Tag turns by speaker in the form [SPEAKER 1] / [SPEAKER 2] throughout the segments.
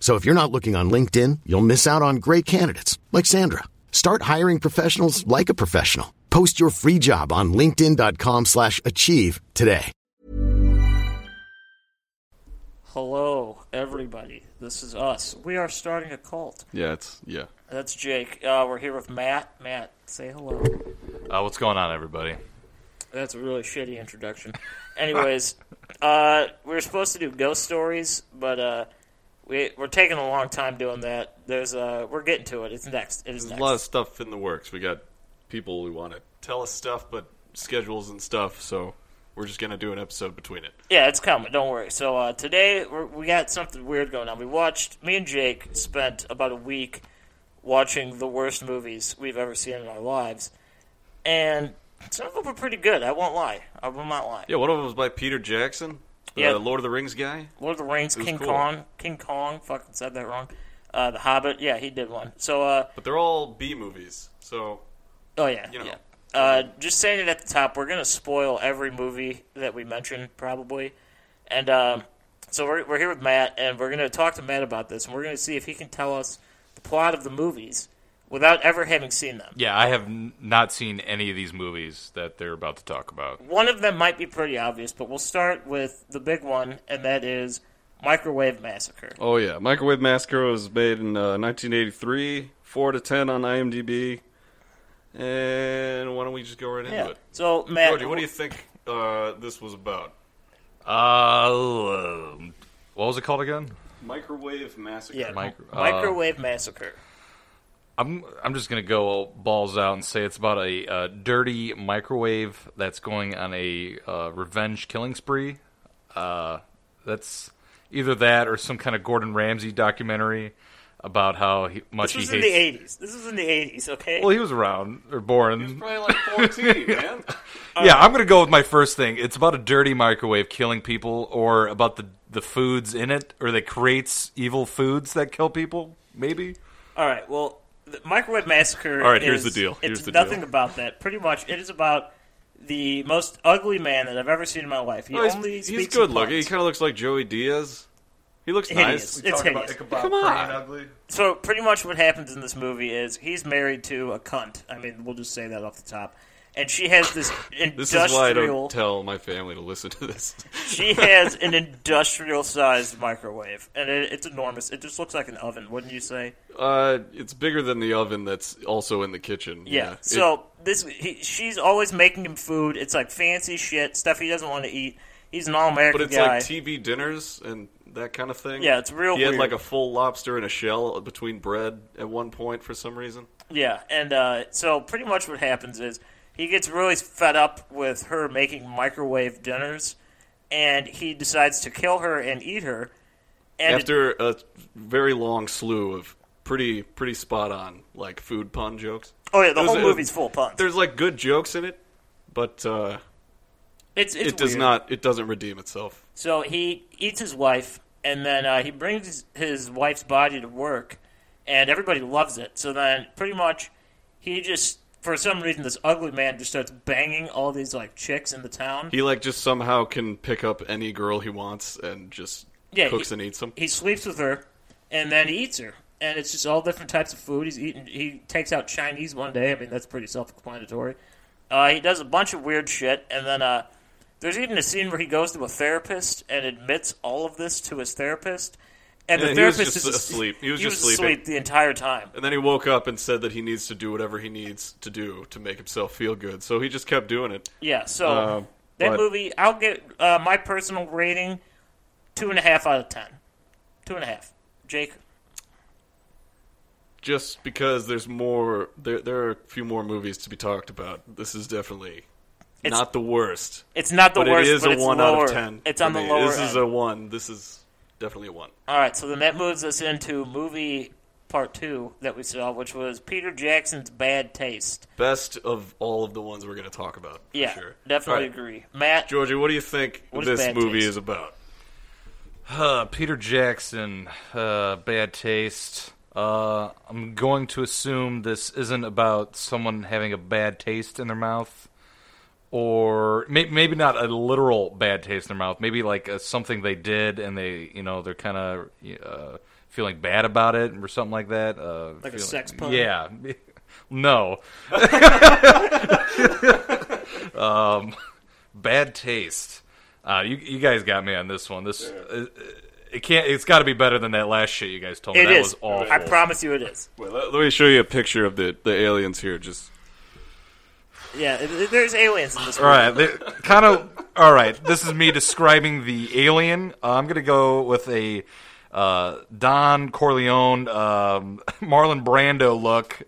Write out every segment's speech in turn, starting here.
[SPEAKER 1] So if you're not looking on LinkedIn, you'll miss out on great candidates like Sandra. Start hiring professionals like a professional. Post your free job on linkedin.com/achieve slash achieve today.
[SPEAKER 2] Hello, everybody. This is us. We are starting a cult.
[SPEAKER 3] Yeah, it's yeah.
[SPEAKER 2] That's Jake. Uh, we're here with Matt. Matt, say hello.
[SPEAKER 3] Uh, what's going on, everybody?
[SPEAKER 2] That's a really shitty introduction. Anyways, uh, we were supposed to do ghost stories, but uh, we, we're taking a long time doing that. There's uh, we're getting to it. It's next. It is
[SPEAKER 3] There's
[SPEAKER 2] next.
[SPEAKER 3] a lot of stuff in the works. We got people who want to tell us stuff, but schedules and stuff. So we're just gonna do an episode between it.
[SPEAKER 2] Yeah, it's coming. Don't worry. So uh, today we're, we got something weird going on. We watched. Me and Jake spent about a week watching the worst movies we've ever seen in our lives, and some of them were pretty good. I won't lie. I will not lie.
[SPEAKER 3] Yeah, one of them was by Peter Jackson, the
[SPEAKER 2] Yeah.
[SPEAKER 3] Lord of the Rings guy.
[SPEAKER 2] Lord of the Rings,
[SPEAKER 3] was
[SPEAKER 2] King
[SPEAKER 3] cool.
[SPEAKER 2] Kong, King Kong. Fucking said that wrong. Uh, the Hobbit. Yeah, he did one. So, uh,
[SPEAKER 3] But they're all B movies, so
[SPEAKER 2] oh yeah,
[SPEAKER 3] You know.
[SPEAKER 2] yeah. Uh, just saying it at the top, we're gonna spoil every movie that we mention probably, and um, so we're we're here with Matt, and we're gonna talk to Matt about this, and we're gonna see if he can tell us the plot of the movies without ever having seen them.
[SPEAKER 4] Yeah, I have n- not seen any of these movies that they're about to talk about.
[SPEAKER 2] One of them might be pretty obvious, but we'll start with the big one, and that is Microwave Massacre.
[SPEAKER 3] Oh yeah, Microwave Massacre was made in uh, 1983, four to ten on IMDb. And why don't we just go right into
[SPEAKER 2] Yeah.
[SPEAKER 3] it?
[SPEAKER 2] So Matt,
[SPEAKER 3] Brody, what do you think uh, this was about?
[SPEAKER 4] Uh, um, what was it called again?
[SPEAKER 3] Microwave Massacre.
[SPEAKER 2] Yeah,
[SPEAKER 4] Micro- uh,
[SPEAKER 2] Microwave Massacre.
[SPEAKER 4] I'm I'm just gonna go balls out and say it's about a uh, dirty microwave that's going on a uh, revenge killing spree. Uh, that's either that or some kind of Gordon Ramsay documentary about how he, much
[SPEAKER 2] This was
[SPEAKER 4] he
[SPEAKER 2] in
[SPEAKER 4] hates.
[SPEAKER 2] the eighties. This was in the eighties. Okay.
[SPEAKER 4] Well, he was around or born.
[SPEAKER 3] Probably like 14, man. Uh,
[SPEAKER 4] yeah, I'm gonna go with my first thing. It's about a dirty microwave killing people, or about the the foods in it, or that creates evil foods that kill people. Maybe.
[SPEAKER 2] All right. Well, the Microwave Massacre.
[SPEAKER 3] All right, here's
[SPEAKER 2] is-
[SPEAKER 3] the deal. Here's
[SPEAKER 2] it's
[SPEAKER 3] the
[SPEAKER 2] nothing
[SPEAKER 3] deal.
[SPEAKER 2] about that. Pretty much, it is about the most ugly man that I've ever seen in my life. He
[SPEAKER 3] No, Oh, he's-
[SPEAKER 2] only
[SPEAKER 3] he's,
[SPEAKER 2] speaks
[SPEAKER 3] good
[SPEAKER 2] in
[SPEAKER 3] looking. He
[SPEAKER 2] puns.
[SPEAKER 3] kind of looks like Joey Diaz. He looks
[SPEAKER 2] Hideous.
[SPEAKER 3] nice.
[SPEAKER 2] It's hideous.
[SPEAKER 3] Come on.
[SPEAKER 2] So pretty much what happens in this movie is he's married to a cunt. I mean, we'll just say that off the top. And she has this
[SPEAKER 3] This is why I
[SPEAKER 2] industrial.
[SPEAKER 3] don't tell my family to listen to this.
[SPEAKER 2] she has an industrial-sized microwave, and it, it's enormous. It just looks like an oven, wouldn't you say?
[SPEAKER 3] Uh, it's bigger than the oven that's also in the kitchen.
[SPEAKER 2] Yeah.
[SPEAKER 3] It-
[SPEAKER 2] So this, he, she's always making him food. It's like fancy shit stuff he doesn't want to eat. He's an all
[SPEAKER 3] but
[SPEAKER 2] American
[SPEAKER 3] it's
[SPEAKER 2] guy.
[SPEAKER 3] like TV dinners and that kind of thing.
[SPEAKER 2] Yeah, it's real
[SPEAKER 3] He had
[SPEAKER 2] weird.
[SPEAKER 3] like a full lobster in a shell between bread at one point for some reason.
[SPEAKER 2] yeah, and uh, so pretty much what happens is he gets really fed up with her making microwave dinners, and he decides to kill her and eat her. And
[SPEAKER 3] After a very long slew of pretty pretty spot on like food pun jokes.
[SPEAKER 2] oh yeah, the
[SPEAKER 3] There's
[SPEAKER 2] whole
[SPEAKER 3] a-
[SPEAKER 2] movie's full of puns.
[SPEAKER 3] There's like good jokes in it, but uh,
[SPEAKER 2] It's, it's
[SPEAKER 3] it does
[SPEAKER 2] weird.
[SPEAKER 3] not it doesn't redeem itself.
[SPEAKER 2] So he eats his wife, and then uh, he brings his, his wife's body to work, and everybody loves it. So then, pretty much, he just, for some reason, this ugly man just starts banging all these like chicks in the town.
[SPEAKER 3] He like just somehow can pick up any girl he wants and just
[SPEAKER 2] Yeah,
[SPEAKER 3] cooks
[SPEAKER 2] he-
[SPEAKER 3] and eats them.
[SPEAKER 2] He sleeps with her, and then he eats her, and it's just all different types of food. He's eating. He takes out Chinese one day. I mean, that's pretty self-explanatory. Uh, he does a bunch of weird shit, and then uh, there's even a scene where he goes to a therapist and admits all of this to his therapist, and the
[SPEAKER 3] Yeah, he was
[SPEAKER 2] therapist
[SPEAKER 3] just
[SPEAKER 2] is
[SPEAKER 3] asleep. He was just
[SPEAKER 2] asleep
[SPEAKER 3] sleeping.
[SPEAKER 2] the entire time.
[SPEAKER 3] And then he woke up and said that he needs to do whatever he needs to do to make himself feel good. So he just kept doing it.
[SPEAKER 2] Yeah, so
[SPEAKER 3] Um,
[SPEAKER 2] That
[SPEAKER 3] But-
[SPEAKER 2] movie, I'll get uh, my personal rating two and a half out of ten. Two and a half. Jake,
[SPEAKER 3] Just because there's more, there there are a few more movies to be talked about. This is definitely
[SPEAKER 2] It's-
[SPEAKER 3] not the worst.
[SPEAKER 2] it's not the
[SPEAKER 3] but
[SPEAKER 2] worst,
[SPEAKER 3] it is
[SPEAKER 2] but
[SPEAKER 3] a
[SPEAKER 2] it's
[SPEAKER 3] one
[SPEAKER 2] lower.
[SPEAKER 3] out of ten.
[SPEAKER 2] It's on
[SPEAKER 3] I
[SPEAKER 2] the
[SPEAKER 3] mean,
[SPEAKER 2] lower
[SPEAKER 3] This
[SPEAKER 2] end.
[SPEAKER 3] is a one. This is definitely a one.
[SPEAKER 2] All right, so then that moves us into movie part two that we saw, which was Peter Jackson's Bad Taste.
[SPEAKER 3] Best of all of the ones we're going to talk about. for
[SPEAKER 2] Yeah,
[SPEAKER 3] sure.
[SPEAKER 2] definitely
[SPEAKER 3] All right.
[SPEAKER 2] agree. Matt,
[SPEAKER 3] Georgie, what do you think
[SPEAKER 2] What is
[SPEAKER 3] this
[SPEAKER 2] Bad
[SPEAKER 3] movie
[SPEAKER 2] Taste?
[SPEAKER 3] is about?
[SPEAKER 4] Uh, Peter Jackson, uh, bad taste. Uh, I'm going to assume this isn't about someone having a bad taste in their mouth, or may- maybe not a literal bad taste in their mouth. Maybe like uh, something they did and they, you know, they're kind of uh, feeling bad about it or something like that. Uh,
[SPEAKER 2] Like a
[SPEAKER 4] feeling-
[SPEAKER 2] sex pun?
[SPEAKER 4] Yeah. no. um, bad taste. Uh, you you guys got me on this one. This uh, it can't. It's got to be better than that last shit you guys told me.
[SPEAKER 2] it
[SPEAKER 4] that
[SPEAKER 2] is.
[SPEAKER 4] was awful.
[SPEAKER 2] I promise you, it is.
[SPEAKER 3] Wait, let, let me show you a picture of the, the aliens here. Just
[SPEAKER 2] Yeah, it- it- there's aliens in this.
[SPEAKER 4] All right, kind of. All right, this is me describing the alien. Uh, I'm gonna go with a uh, Don Corleone, um, Marlon Brando look,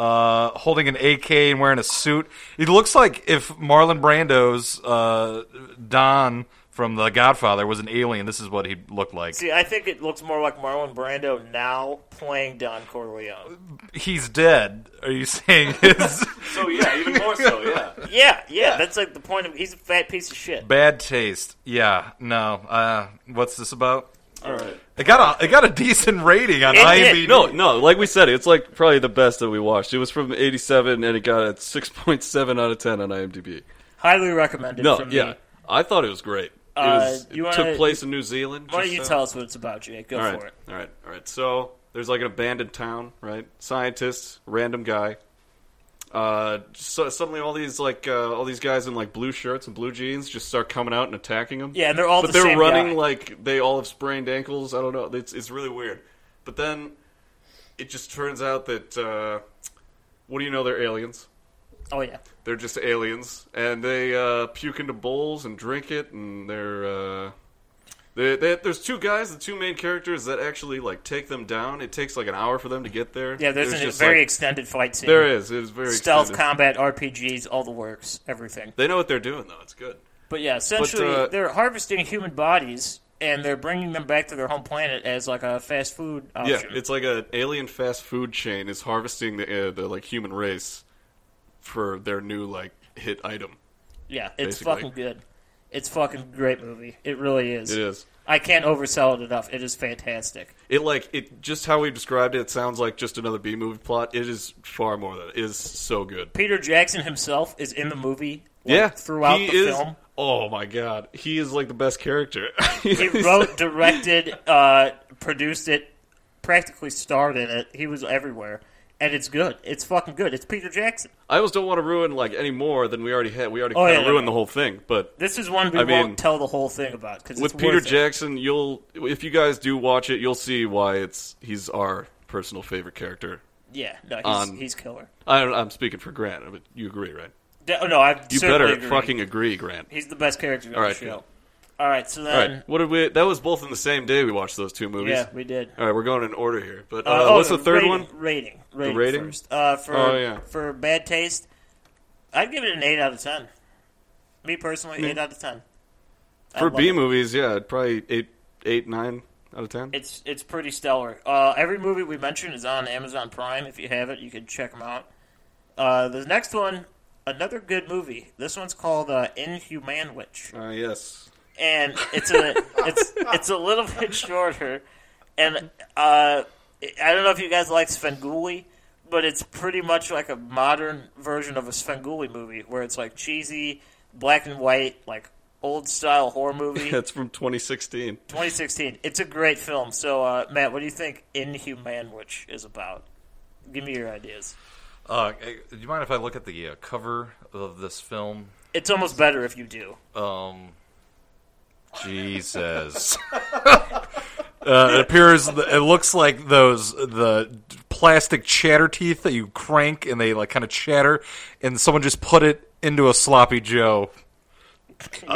[SPEAKER 4] uh, holding an AK and wearing a suit. It looks like if Marlon Brando's uh, Don from The Godfather was an alien. This is what he looked like.
[SPEAKER 2] See, I think it looks more like Marlon Brando now playing Don Corleone.
[SPEAKER 4] He's dead. Are you saying his
[SPEAKER 3] so Oh, yeah, even more so. Yeah,
[SPEAKER 2] Yeah, yeah, that's like the point of. He's a fat piece of shit.
[SPEAKER 4] bad taste? Yeah. No. Uh, what's this about?
[SPEAKER 3] all right.
[SPEAKER 4] It got a it got a decent rating on
[SPEAKER 2] It
[SPEAKER 4] IMDb.
[SPEAKER 2] did.
[SPEAKER 3] No, no. Like we said, it's like probably the best that we watched. It was from '87, and it got a 6.7 out of 10 on IMDb.
[SPEAKER 2] Highly recommended.
[SPEAKER 3] No,
[SPEAKER 2] from
[SPEAKER 3] yeah,
[SPEAKER 2] Me.
[SPEAKER 3] I thought it was great. It,
[SPEAKER 2] Uh,
[SPEAKER 3] was,
[SPEAKER 2] you
[SPEAKER 3] it
[SPEAKER 2] wanna-
[SPEAKER 3] took place in New Zealand.
[SPEAKER 2] Why don't
[SPEAKER 3] just
[SPEAKER 2] you
[SPEAKER 3] so-
[SPEAKER 2] tell us what it's about, Jake? Go
[SPEAKER 3] All right,
[SPEAKER 2] for it.
[SPEAKER 3] all right, all right. So there's like an abandoned town, right? Scientists, random guy. Uh, so suddenly all these like uh, all these guys in like blue shirts and blue jeans just start coming out and attacking them.
[SPEAKER 2] Yeah, and they're all
[SPEAKER 3] but
[SPEAKER 2] the
[SPEAKER 3] they're
[SPEAKER 2] same
[SPEAKER 3] running
[SPEAKER 2] guy.
[SPEAKER 3] like they all have sprained ankles. I don't know. It's it's really weird. But then it just turns out that uh, what do you know? They're aliens.
[SPEAKER 2] Oh yeah.
[SPEAKER 3] They're just aliens, and they uh, puke into bowls and drink it, and they're. Uh, they, they, there's two guys, the two main characters that actually like take them down. It takes like an hour for them to get there.
[SPEAKER 2] Yeah, there's, a
[SPEAKER 3] just,
[SPEAKER 2] very
[SPEAKER 3] like-
[SPEAKER 2] extended fight scene.
[SPEAKER 3] there is. It's very
[SPEAKER 2] Stealth
[SPEAKER 3] extended.
[SPEAKER 2] combat, RPGs, all the works, everything.
[SPEAKER 3] They know what they're doing though. It's good.
[SPEAKER 2] But yeah, essentially,
[SPEAKER 3] uh,
[SPEAKER 2] they're harvesting human bodies and they're bringing them back to their home planet as like a fast food
[SPEAKER 3] Yeah,
[SPEAKER 2] option.
[SPEAKER 3] it's like an alien fast food chain is harvesting the uh, the like human race for their new like hit item.
[SPEAKER 2] Yeah, it's
[SPEAKER 3] basically.
[SPEAKER 2] fucking good. It's fucking great movie. It really is.
[SPEAKER 3] It is.
[SPEAKER 2] I can't oversell it enough. It is fantastic.
[SPEAKER 3] It like it just how we described it. It sounds like just another B movie plot. It is far more than it is so good.
[SPEAKER 2] Peter Jackson himself is in the movie. like,
[SPEAKER 3] yeah,
[SPEAKER 2] throughout
[SPEAKER 3] he
[SPEAKER 2] the
[SPEAKER 3] is,
[SPEAKER 2] film.
[SPEAKER 3] Oh my god, he is like the best character.
[SPEAKER 2] He wrote, directed, uh, produced it, practically starred in it. He was everywhere, and it's good. It's fucking good. It's Peter Jackson.
[SPEAKER 3] I almost don't want to ruin like any more than we already had. We already
[SPEAKER 2] Oh,
[SPEAKER 3] kind of
[SPEAKER 2] yeah, no,
[SPEAKER 3] ruined
[SPEAKER 2] no.
[SPEAKER 3] the whole thing. But
[SPEAKER 2] This is one we
[SPEAKER 3] I mean,
[SPEAKER 2] won't tell the whole thing about because
[SPEAKER 3] with Peter Jackson, you'll if you guys do watch it, you'll see why it's he's our personal favorite character.
[SPEAKER 2] Yeah, no, he's,
[SPEAKER 3] on-
[SPEAKER 2] he's killer.
[SPEAKER 3] I, I'm speaking for Grant. but you agree, right?
[SPEAKER 2] D- oh, no, I
[SPEAKER 3] You
[SPEAKER 2] certainly
[SPEAKER 3] better
[SPEAKER 2] agree.
[SPEAKER 3] fucking agree, Grant.
[SPEAKER 2] He's the best character in
[SPEAKER 3] All
[SPEAKER 2] the
[SPEAKER 3] right,
[SPEAKER 2] show.
[SPEAKER 3] cool.
[SPEAKER 2] All right, so
[SPEAKER 3] All
[SPEAKER 2] then
[SPEAKER 3] right, what did we? That was both in the same day. We watched those two movies.
[SPEAKER 2] yeah, we did.
[SPEAKER 3] All right, we're going in order here. But uh,
[SPEAKER 2] Uh, oh,
[SPEAKER 3] what's the third
[SPEAKER 2] rating,
[SPEAKER 3] one?
[SPEAKER 2] Rating, rating,
[SPEAKER 3] rating?
[SPEAKER 2] first. Uh, for
[SPEAKER 3] Oh, yeah.
[SPEAKER 2] for bad taste, I'd give it an eight out of ten. Me personally, eight out of ten. I
[SPEAKER 3] For
[SPEAKER 2] love
[SPEAKER 3] B
[SPEAKER 2] it.
[SPEAKER 3] movies, yeah, probably eight, eight, nine out of ten.
[SPEAKER 2] It's it's pretty stellar. Uh, every movie we mentioned is on Amazon Prime. If you have it, you can check them out. Uh, the next one, another good movie. This one's called uh, Inhuman Witch,
[SPEAKER 3] Uh, yes.
[SPEAKER 2] and it's a it's it's a little bit shorter, and uh, I don't know if you guys like Svengoolie, but it's pretty much like a modern version of a Svengoolie movie, where it's like cheesy, black and white, like old style horror movie.
[SPEAKER 3] That's from 2016.
[SPEAKER 2] 2016. It's a great film. So, uh, Matt, what do you think Inhuman Witch is about? Give me your ideas.
[SPEAKER 4] Uh, eh, do you mind if I look at the uh, cover of this film?
[SPEAKER 2] It's almost better if you do.
[SPEAKER 4] Um, Jesus. uh, it appears. It looks like those the plastic chatter teeth that you crank and they like kind of chatter, and someone just put it into a sloppy Joe.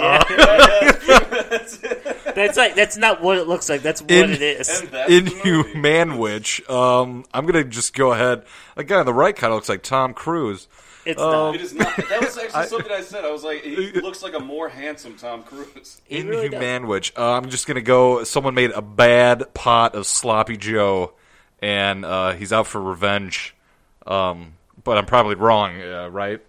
[SPEAKER 2] That's like that's not what it looks like. That's what
[SPEAKER 4] in,
[SPEAKER 2] it
[SPEAKER 3] Um.
[SPEAKER 2] is.
[SPEAKER 4] Inhuman Witch. Um, I'm gonna just go ahead. A guy on the right kind of looks like Tom Cruise.
[SPEAKER 2] It's
[SPEAKER 3] It
[SPEAKER 2] not.
[SPEAKER 3] is not. That was actually something I said. I was like, he looks like a more handsome Tom Cruise.
[SPEAKER 2] He really does.
[SPEAKER 4] Inhuman Witch. Uh, I'm just gonna go. Someone made a bad pot of sloppy Joe, and uh, he's out for revenge. Um, but I'm probably wrong, uh, right?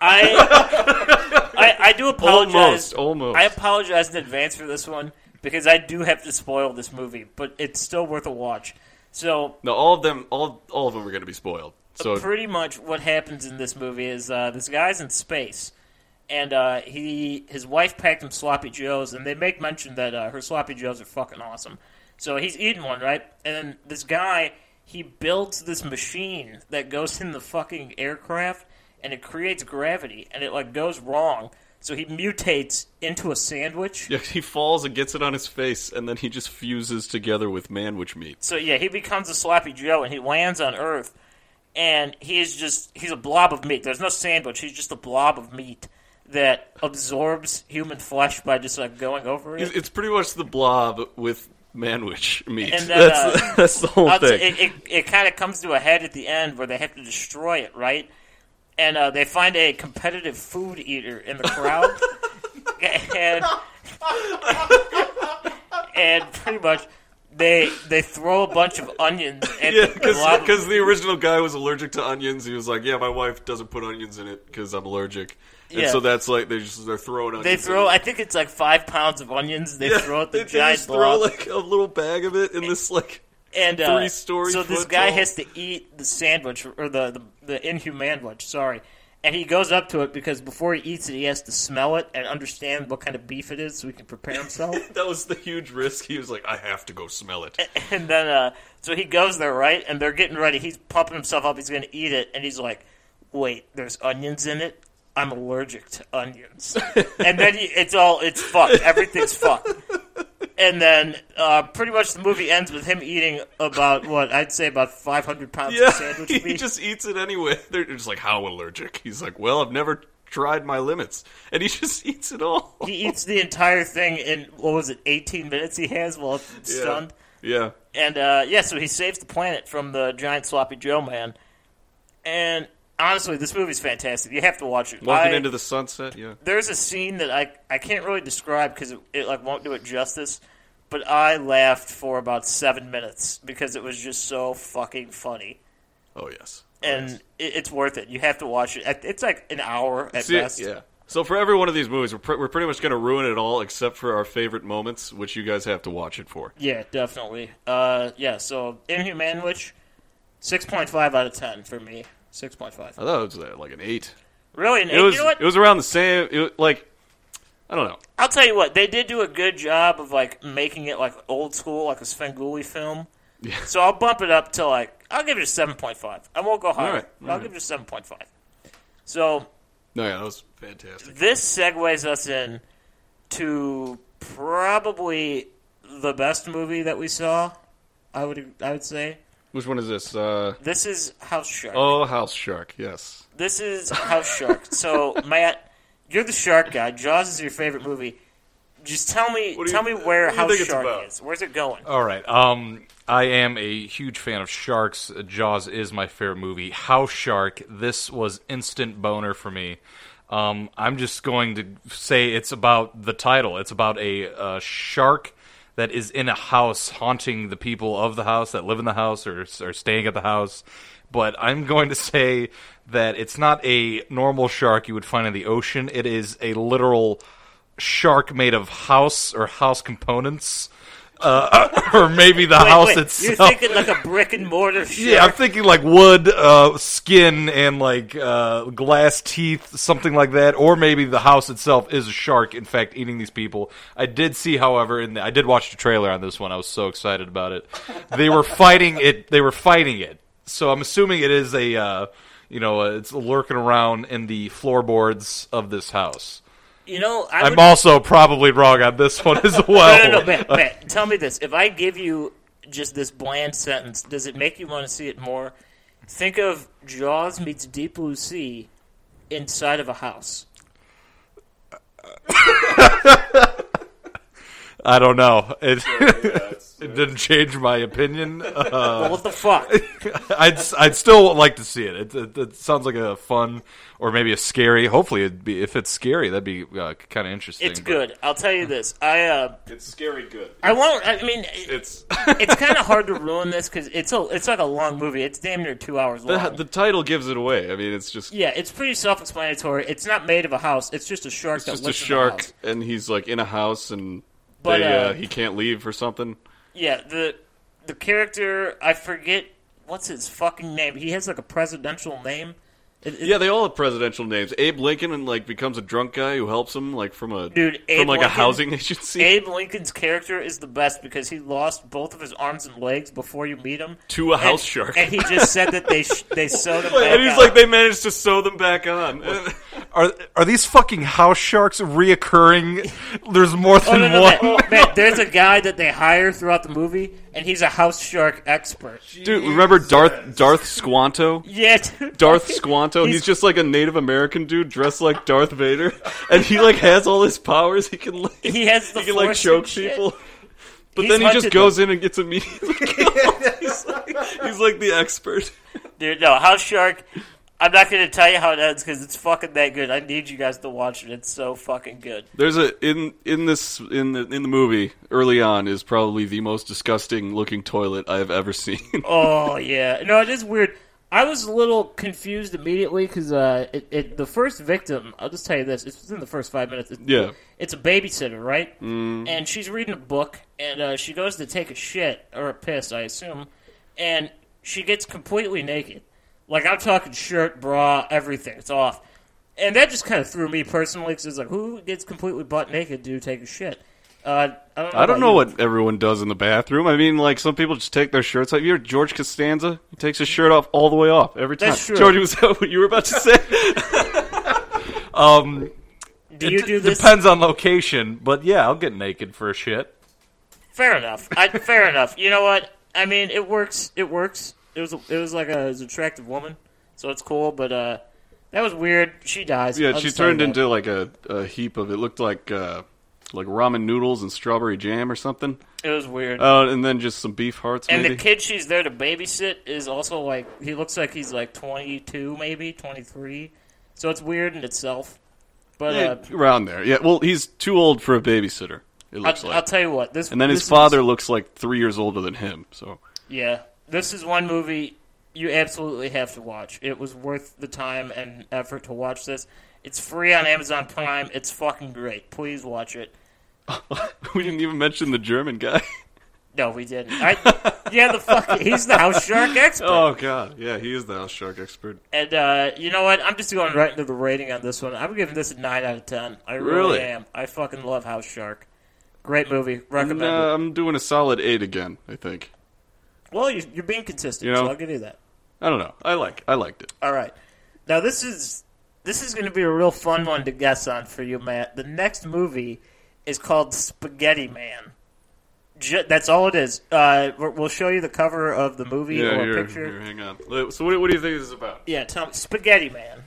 [SPEAKER 2] I, I I do apologize.
[SPEAKER 3] Almost, almost.
[SPEAKER 2] I apologize in advance for this one because I do have to spoil this movie, but it's still worth a watch. So
[SPEAKER 3] No, all of them, all all of them are going to be spoiled. So
[SPEAKER 2] pretty much what happens in this movie is uh, this guy's in space, and uh, he his wife packed him sloppy joes, and they make mention that uh, her sloppy joes are fucking awesome. So he's eating one, right? And then this guy he builds this machine that goes in the fucking aircraft, and it creates gravity, and it like goes wrong. So he mutates into a sandwich.
[SPEAKER 3] yeah, he falls and gets it on his face, and then he just fuses together with man witch meat.
[SPEAKER 2] So yeah, he becomes a sloppy Joe, and he lands on Earth, and he is just—he's a blob of meat. There's no sandwich. He's just a blob of meat that absorbs human flesh by just like going over it.
[SPEAKER 3] It's, it's pretty much the blob with man witch meat.
[SPEAKER 2] And then,
[SPEAKER 3] that's
[SPEAKER 2] uh,
[SPEAKER 3] that's the whole
[SPEAKER 2] I'll t-
[SPEAKER 3] thing.
[SPEAKER 2] it it, it kind of comes to a head at the end where they have to destroy it, right? And uh, they find a competitive food eater in the crowd, and and pretty much. They they throw a bunch of onions at
[SPEAKER 3] yeah,
[SPEAKER 2] the blob of
[SPEAKER 3] because the original guy was allergic to onions. He was like, "Yeah, my wife doesn't put onions in it because I'm allergic." And
[SPEAKER 2] Yeah.
[SPEAKER 3] so that's like they just they're throwing onions.
[SPEAKER 2] They throw.
[SPEAKER 3] In
[SPEAKER 2] I
[SPEAKER 3] it.
[SPEAKER 2] think it's like five pounds of onions. They throw at the
[SPEAKER 3] They- they
[SPEAKER 2] giant
[SPEAKER 3] just throw
[SPEAKER 2] blob,
[SPEAKER 3] like a little bag of it in this like.
[SPEAKER 2] and uh,
[SPEAKER 3] three-story
[SPEAKER 2] So this
[SPEAKER 3] foot
[SPEAKER 2] guy
[SPEAKER 3] tall.
[SPEAKER 2] has to eat the sandwich or the the, the inhuman lunch. Sorry, and he goes up to it because before he eats it, he has to smell it and understand what kind of beef it is, so he can prepare himself.
[SPEAKER 3] That was the huge risk. He was like, "I have to go smell it."
[SPEAKER 2] and then uh, so he goes there, right? And they're getting ready. He's pumping himself up. He's going to eat it, and he's like, "Wait, there's onions in it. I'm allergic to onions." and then he, it's all it's fucked. Everything's fucked. And then uh, pretty much the movie ends with him eating about what I'd say about 500 pounds
[SPEAKER 3] Yeah,
[SPEAKER 2] of sandwich
[SPEAKER 3] he
[SPEAKER 2] meat.
[SPEAKER 3] just eats it anyway. They're just like, "How allergic?" He's like, "Well, I've never tried my limits," and he just eats it all.
[SPEAKER 2] he eats the entire thing in what was it 18 minutes he has while
[SPEAKER 3] Yeah.
[SPEAKER 2] stunned.
[SPEAKER 3] Yeah.
[SPEAKER 2] And uh, yeah, so he saves the planet from the giant sloppy Joe man. And honestly, this movie's fantastic. You have to watch it.
[SPEAKER 3] Walking
[SPEAKER 2] I-
[SPEAKER 3] into the sunset. Yeah.
[SPEAKER 2] there's a scene that I I can't really describe because it, it like won't do it justice. But I laughed for about seven minutes because it was just so fucking funny,
[SPEAKER 3] Oh yes.
[SPEAKER 2] and it, it's worth it. You have to watch it. It- It's like an hour at
[SPEAKER 3] See,
[SPEAKER 2] best.
[SPEAKER 3] yeah. So for every one of these movies, we're, pre- we're pretty much going to ruin it all except for our favorite moments, which you guys have to watch it for.
[SPEAKER 2] Yeah, definitely. Uh, yeah. So Inhuman Witch, six point five out of ten for me. Six point five.
[SPEAKER 3] I thought it was uh, like an eight.
[SPEAKER 2] Really? And
[SPEAKER 3] It was.
[SPEAKER 2] you know what?
[SPEAKER 3] It was around the same. It was, like, I don't know.
[SPEAKER 2] I'll tell you what, they did do a good job of like making it like old school, like a Svengoolie film. So I'll bump it up to like I'll give it a seven point five. I won't go higher.
[SPEAKER 3] right,
[SPEAKER 2] I'll
[SPEAKER 3] all right.
[SPEAKER 2] give it a seven point five. So
[SPEAKER 3] No, yeah, that was fantastic.
[SPEAKER 2] this segues us in to probably the best movie that we saw. I would I would say
[SPEAKER 3] Which one is this? Uh,
[SPEAKER 2] this is House Shark.
[SPEAKER 3] oh, House Shark. Yes.
[SPEAKER 2] This is House Shark. so Matt, you're the shark guy. Jaws is your favorite movie. Just tell me,
[SPEAKER 3] do you-
[SPEAKER 2] tell me where
[SPEAKER 3] what do you
[SPEAKER 2] House
[SPEAKER 3] think it's
[SPEAKER 2] Shark
[SPEAKER 3] about?
[SPEAKER 2] is. Where's it going?
[SPEAKER 4] All right. Um, I am a huge fan of sharks. Jaws is my favorite movie. House Shark. This was instant boner for me. Um, I'm just going to say it's about the title. It's about a uh, shark that is in a house haunting the people of the house that live in the house or are staying at the house. But I'm going to say that it's not a normal shark you would find in the ocean. It is a literal shark made of house or house components, uh, or maybe the
[SPEAKER 2] Wait,
[SPEAKER 4] house
[SPEAKER 2] wait,
[SPEAKER 4] itself.
[SPEAKER 2] You're thinking like a brick and mortar shark.
[SPEAKER 4] yeah, I'm thinking like wood, uh, skin, and like uh, glass teeth, something like that. Or maybe the house itself is a shark, in fact, eating these people. I did see, however, and I did watch the trailer on this one. I was so excited about it. They were fighting it. They were fighting it. So I'm assuming it is a, uh, you know, uh, it's lurking around in the floorboards of this house.
[SPEAKER 2] You know, I
[SPEAKER 4] I'm
[SPEAKER 2] would,
[SPEAKER 4] also probably wrong on this one as
[SPEAKER 2] No,
[SPEAKER 4] well.
[SPEAKER 2] no, no, Matt, Matt, tell me this: if I give you just this bland sentence, does it make you want to see it more? Think of Jaws meets Deep Blue Sea inside of a house.
[SPEAKER 4] I don't know. It, it didn't change my opinion. Uh,
[SPEAKER 2] Well, what the fuck?
[SPEAKER 4] I'd I'd still like to see it. It, it. it sounds like a fun or maybe a scary. Hopefully, it'd be if it's scary, that'd be uh, kind of interesting.
[SPEAKER 2] It's
[SPEAKER 4] but-
[SPEAKER 2] good. I'll tell you this. I uh,
[SPEAKER 3] It's scary good.
[SPEAKER 2] I won't. I mean, it,
[SPEAKER 3] It's
[SPEAKER 2] it's kind of hard to ruin this because it's a, it's like a long movie. It's damn near two hours long.
[SPEAKER 3] the, the title gives it away. I mean, it's just
[SPEAKER 2] yeah, it's pretty self-explanatory. It's not made of a house. It's just a shark.
[SPEAKER 3] it's
[SPEAKER 2] that
[SPEAKER 3] just a
[SPEAKER 2] lives in the
[SPEAKER 3] shark,
[SPEAKER 2] house.
[SPEAKER 3] and he's like in a house, and
[SPEAKER 2] But,
[SPEAKER 3] they, uh,
[SPEAKER 2] uh,
[SPEAKER 3] he can't leave or something.
[SPEAKER 2] Yeah, the the character I forget what's his fucking name. He has like a presidential name. It- it-
[SPEAKER 3] Yeah, they all have presidential names. Abe Lincoln and like becomes a drunk guy who helps him like from a
[SPEAKER 2] Dude,
[SPEAKER 3] from
[SPEAKER 2] Abe
[SPEAKER 3] like a
[SPEAKER 2] Lincoln-
[SPEAKER 3] housing agency.
[SPEAKER 2] Abe Lincoln's character is the best because he lost both of his arms and legs before you meet him
[SPEAKER 3] To a
[SPEAKER 2] And-
[SPEAKER 3] house shark.
[SPEAKER 2] and he just said that they sh- they sewed him. back
[SPEAKER 3] and he's
[SPEAKER 2] up.
[SPEAKER 3] like, they managed to sew them back on.
[SPEAKER 4] Are are these fucking house sharks reoccurring? There's more
[SPEAKER 2] Oh,
[SPEAKER 4] than
[SPEAKER 2] no, no,
[SPEAKER 4] one.
[SPEAKER 2] man. Man, there's a guy that they hire throughout the movie, and he's a house shark expert.
[SPEAKER 3] Dude, remember Darth Darth Squanto?
[SPEAKER 2] Yeah, dude.
[SPEAKER 3] Darth Squanto. He's, just like a Native American dude dressed like Darth Vader, and he like has all his powers. He can like,
[SPEAKER 2] He has the
[SPEAKER 3] he can like
[SPEAKER 2] force and
[SPEAKER 3] choke
[SPEAKER 2] shit.
[SPEAKER 3] people. But
[SPEAKER 2] He's
[SPEAKER 3] then he just
[SPEAKER 2] hunted
[SPEAKER 3] goes in and gets immediately killed. he's, like, he's like the expert.
[SPEAKER 2] Dude, no, house shark. I'm not gonna tell you how it ends because it's fucking that good. I need you guys to watch it. It's so fucking good.
[SPEAKER 3] There's a in in this in the in the movie early on is probably the most disgusting looking toilet I have ever seen.
[SPEAKER 2] Oh yeah, no, it is weird. I was a little confused immediately because uh, it, it the first victim. I'll just tell you this: it's within the first five minutes. It's,
[SPEAKER 3] Yeah.
[SPEAKER 2] it's a babysitter, right? Mm. And she's reading a book, and uh, she goes to take a shit or a piss, I assume, and she gets completely naked. Like I'm talking shirt, bra, everything. It's off, and that just kind of threw me personally because it's like, who gets completely butt naked to take a shit? Uh, I don't know,
[SPEAKER 3] I don't
[SPEAKER 2] about
[SPEAKER 3] know
[SPEAKER 2] you.
[SPEAKER 3] what everyone does in the bathroom. I mean, like some people just take their shirts off. You heard George Costanza? He takes his shirt off all the way off every time.
[SPEAKER 2] That's true.
[SPEAKER 3] George, was that what you were about to say?
[SPEAKER 2] do you
[SPEAKER 4] It
[SPEAKER 2] do this.
[SPEAKER 4] Depends on location, but yeah, I'll get naked for a shit.
[SPEAKER 2] Fair enough. I, fair enough. You know what? I mean, it works. It works. It was. It was like a it was an attractive woman, so it's cool. But uh, that was weird. She dies.
[SPEAKER 3] yeah,
[SPEAKER 2] I'll
[SPEAKER 3] she
[SPEAKER 2] just tell you
[SPEAKER 3] turned
[SPEAKER 2] that.
[SPEAKER 3] into like a, a heap of. It looked like uh, like ramen noodles and strawberry jam or something.
[SPEAKER 2] It was weird.
[SPEAKER 3] Uh, and then just some beef hearts.
[SPEAKER 2] and
[SPEAKER 3] maybe.
[SPEAKER 2] the kid she's there to babysit is also like he looks like he's like twenty two, maybe twenty three. So it's weird in itself. But
[SPEAKER 3] Yeah,
[SPEAKER 2] uh,
[SPEAKER 3] around there. Yeah. Well, he's too old for a babysitter. It looks
[SPEAKER 2] I'll,
[SPEAKER 3] like.
[SPEAKER 2] I'll tell you what. This
[SPEAKER 3] and then
[SPEAKER 2] this
[SPEAKER 3] his
[SPEAKER 2] is-
[SPEAKER 3] father looks like three years older than him. So
[SPEAKER 2] Yeah, this is one movie you absolutely have to watch. It was worth the time and effort to watch this. It's free on Amazon Prime. It's fucking great. Please watch it.
[SPEAKER 3] we didn't even mention the German guy.
[SPEAKER 2] No, we didn't. I, yeah, the fuck. He's the house shark expert.
[SPEAKER 3] oh God. Yeah, he is the house shark expert.
[SPEAKER 2] And uh, you know what? I'm just going right into the rating on this one. I'm giving this a nine out of ten. I really,
[SPEAKER 3] Really?
[SPEAKER 2] am. I fucking love House Shark. Great movie. Recommend
[SPEAKER 3] No,
[SPEAKER 2] it.
[SPEAKER 3] uh, I'm doing a solid eight again. I think.
[SPEAKER 2] Well, you, you're being consistent,
[SPEAKER 3] You know-
[SPEAKER 2] so I'll give you that.
[SPEAKER 3] I don't know. I like. I liked it.
[SPEAKER 2] All right. Now this is this is going to be a real fun one to guess on for you, Matt. The next movie is called Spaghetti Man. Ju- that's all it is. Uh, we're- we'll show you the cover of the movie or a
[SPEAKER 3] here,
[SPEAKER 2] picture.
[SPEAKER 3] here, hang on. Li- So, what, what do you think this is about?
[SPEAKER 2] Yeah, tell me, Spaghetti Man.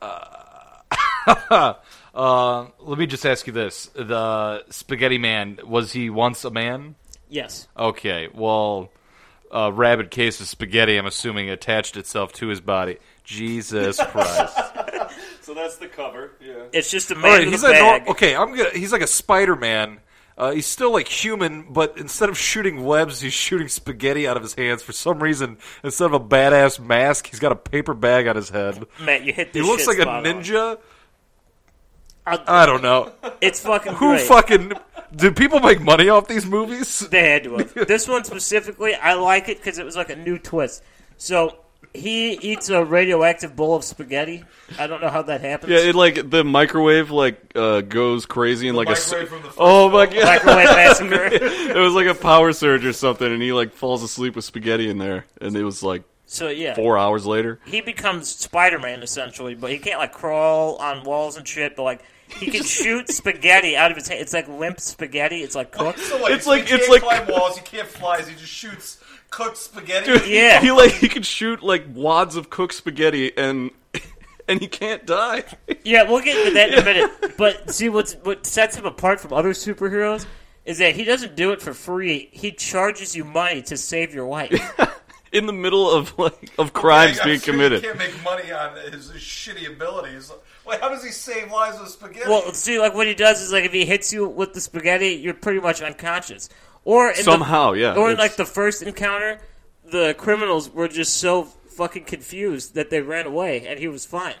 [SPEAKER 4] Uh, Let me just ask you this: the Spaghetti Man was he once a man?
[SPEAKER 2] Yes.
[SPEAKER 4] Okay, well, a rabid case of spaghetti. I'm assuming attached itself to his body. Jesus Christ!
[SPEAKER 3] So that's the cover. Yeah.
[SPEAKER 2] It's just a man
[SPEAKER 4] All right,
[SPEAKER 2] with
[SPEAKER 4] he's
[SPEAKER 2] a
[SPEAKER 4] like
[SPEAKER 2] bag.
[SPEAKER 4] okay. I'm gonna, he's like a Spider Man. Uh, he's still like human, but instead of shooting webs, he's shooting spaghetti out of his hands. For some reason, instead of a badass mask, he's got a paper bag on his head.
[SPEAKER 2] Matt, you hit
[SPEAKER 4] He
[SPEAKER 2] this
[SPEAKER 4] looks
[SPEAKER 2] shit
[SPEAKER 4] like a
[SPEAKER 2] spot on.
[SPEAKER 4] ninja.
[SPEAKER 2] I'll-
[SPEAKER 4] I don't know
[SPEAKER 2] It's fucking
[SPEAKER 4] who
[SPEAKER 2] great.
[SPEAKER 4] fucking. Do people make money off these movies?
[SPEAKER 2] They had to have. This one specifically, I like it because it was like a new twist. So he eats a radioactive bowl of spaghetti. I don't know how that happens.
[SPEAKER 3] Yeah, it like the microwave like uh, goes crazy and like a s-
[SPEAKER 4] microwave from the first
[SPEAKER 3] oh my god,
[SPEAKER 2] Microwave massacre.
[SPEAKER 3] it was like a power surge or something, and he like falls asleep with spaghetti in there, and it was like
[SPEAKER 2] So yeah,
[SPEAKER 3] four hours later.
[SPEAKER 2] he becomes Spider-Man essentially, but he can't like crawl on walls and shit. But like he can shoot spaghetti out of his hand. It's like limp spaghetti. It's like cooked.
[SPEAKER 3] It's like- you it's can't like- climb
[SPEAKER 4] walls. You can't fly. He just shoots cooked spaghetti.
[SPEAKER 2] Yeah.
[SPEAKER 3] he like he could shoot like wads of cooked spaghetti and. and he can't die.
[SPEAKER 2] Yeah, we'll get into that in a minute. But see, what's what sets him apart from other superheroes is that he doesn't do it for free. He charges you money to save your life.
[SPEAKER 3] in the middle of like of crimes
[SPEAKER 5] I'm
[SPEAKER 3] being
[SPEAKER 5] sure
[SPEAKER 3] committed.
[SPEAKER 5] He can't make money on his, his shitty abilities. Wait, how does he save lives with spaghetti?
[SPEAKER 2] well, see, like what he does is like if he hits you with the spaghetti, you're pretty much unconscious. Or in the-
[SPEAKER 3] Somehow, yeah,
[SPEAKER 2] Or in,
[SPEAKER 3] it's-
[SPEAKER 2] like the first encounter, the criminals were just so fucking confused that they ran away, and he was fine.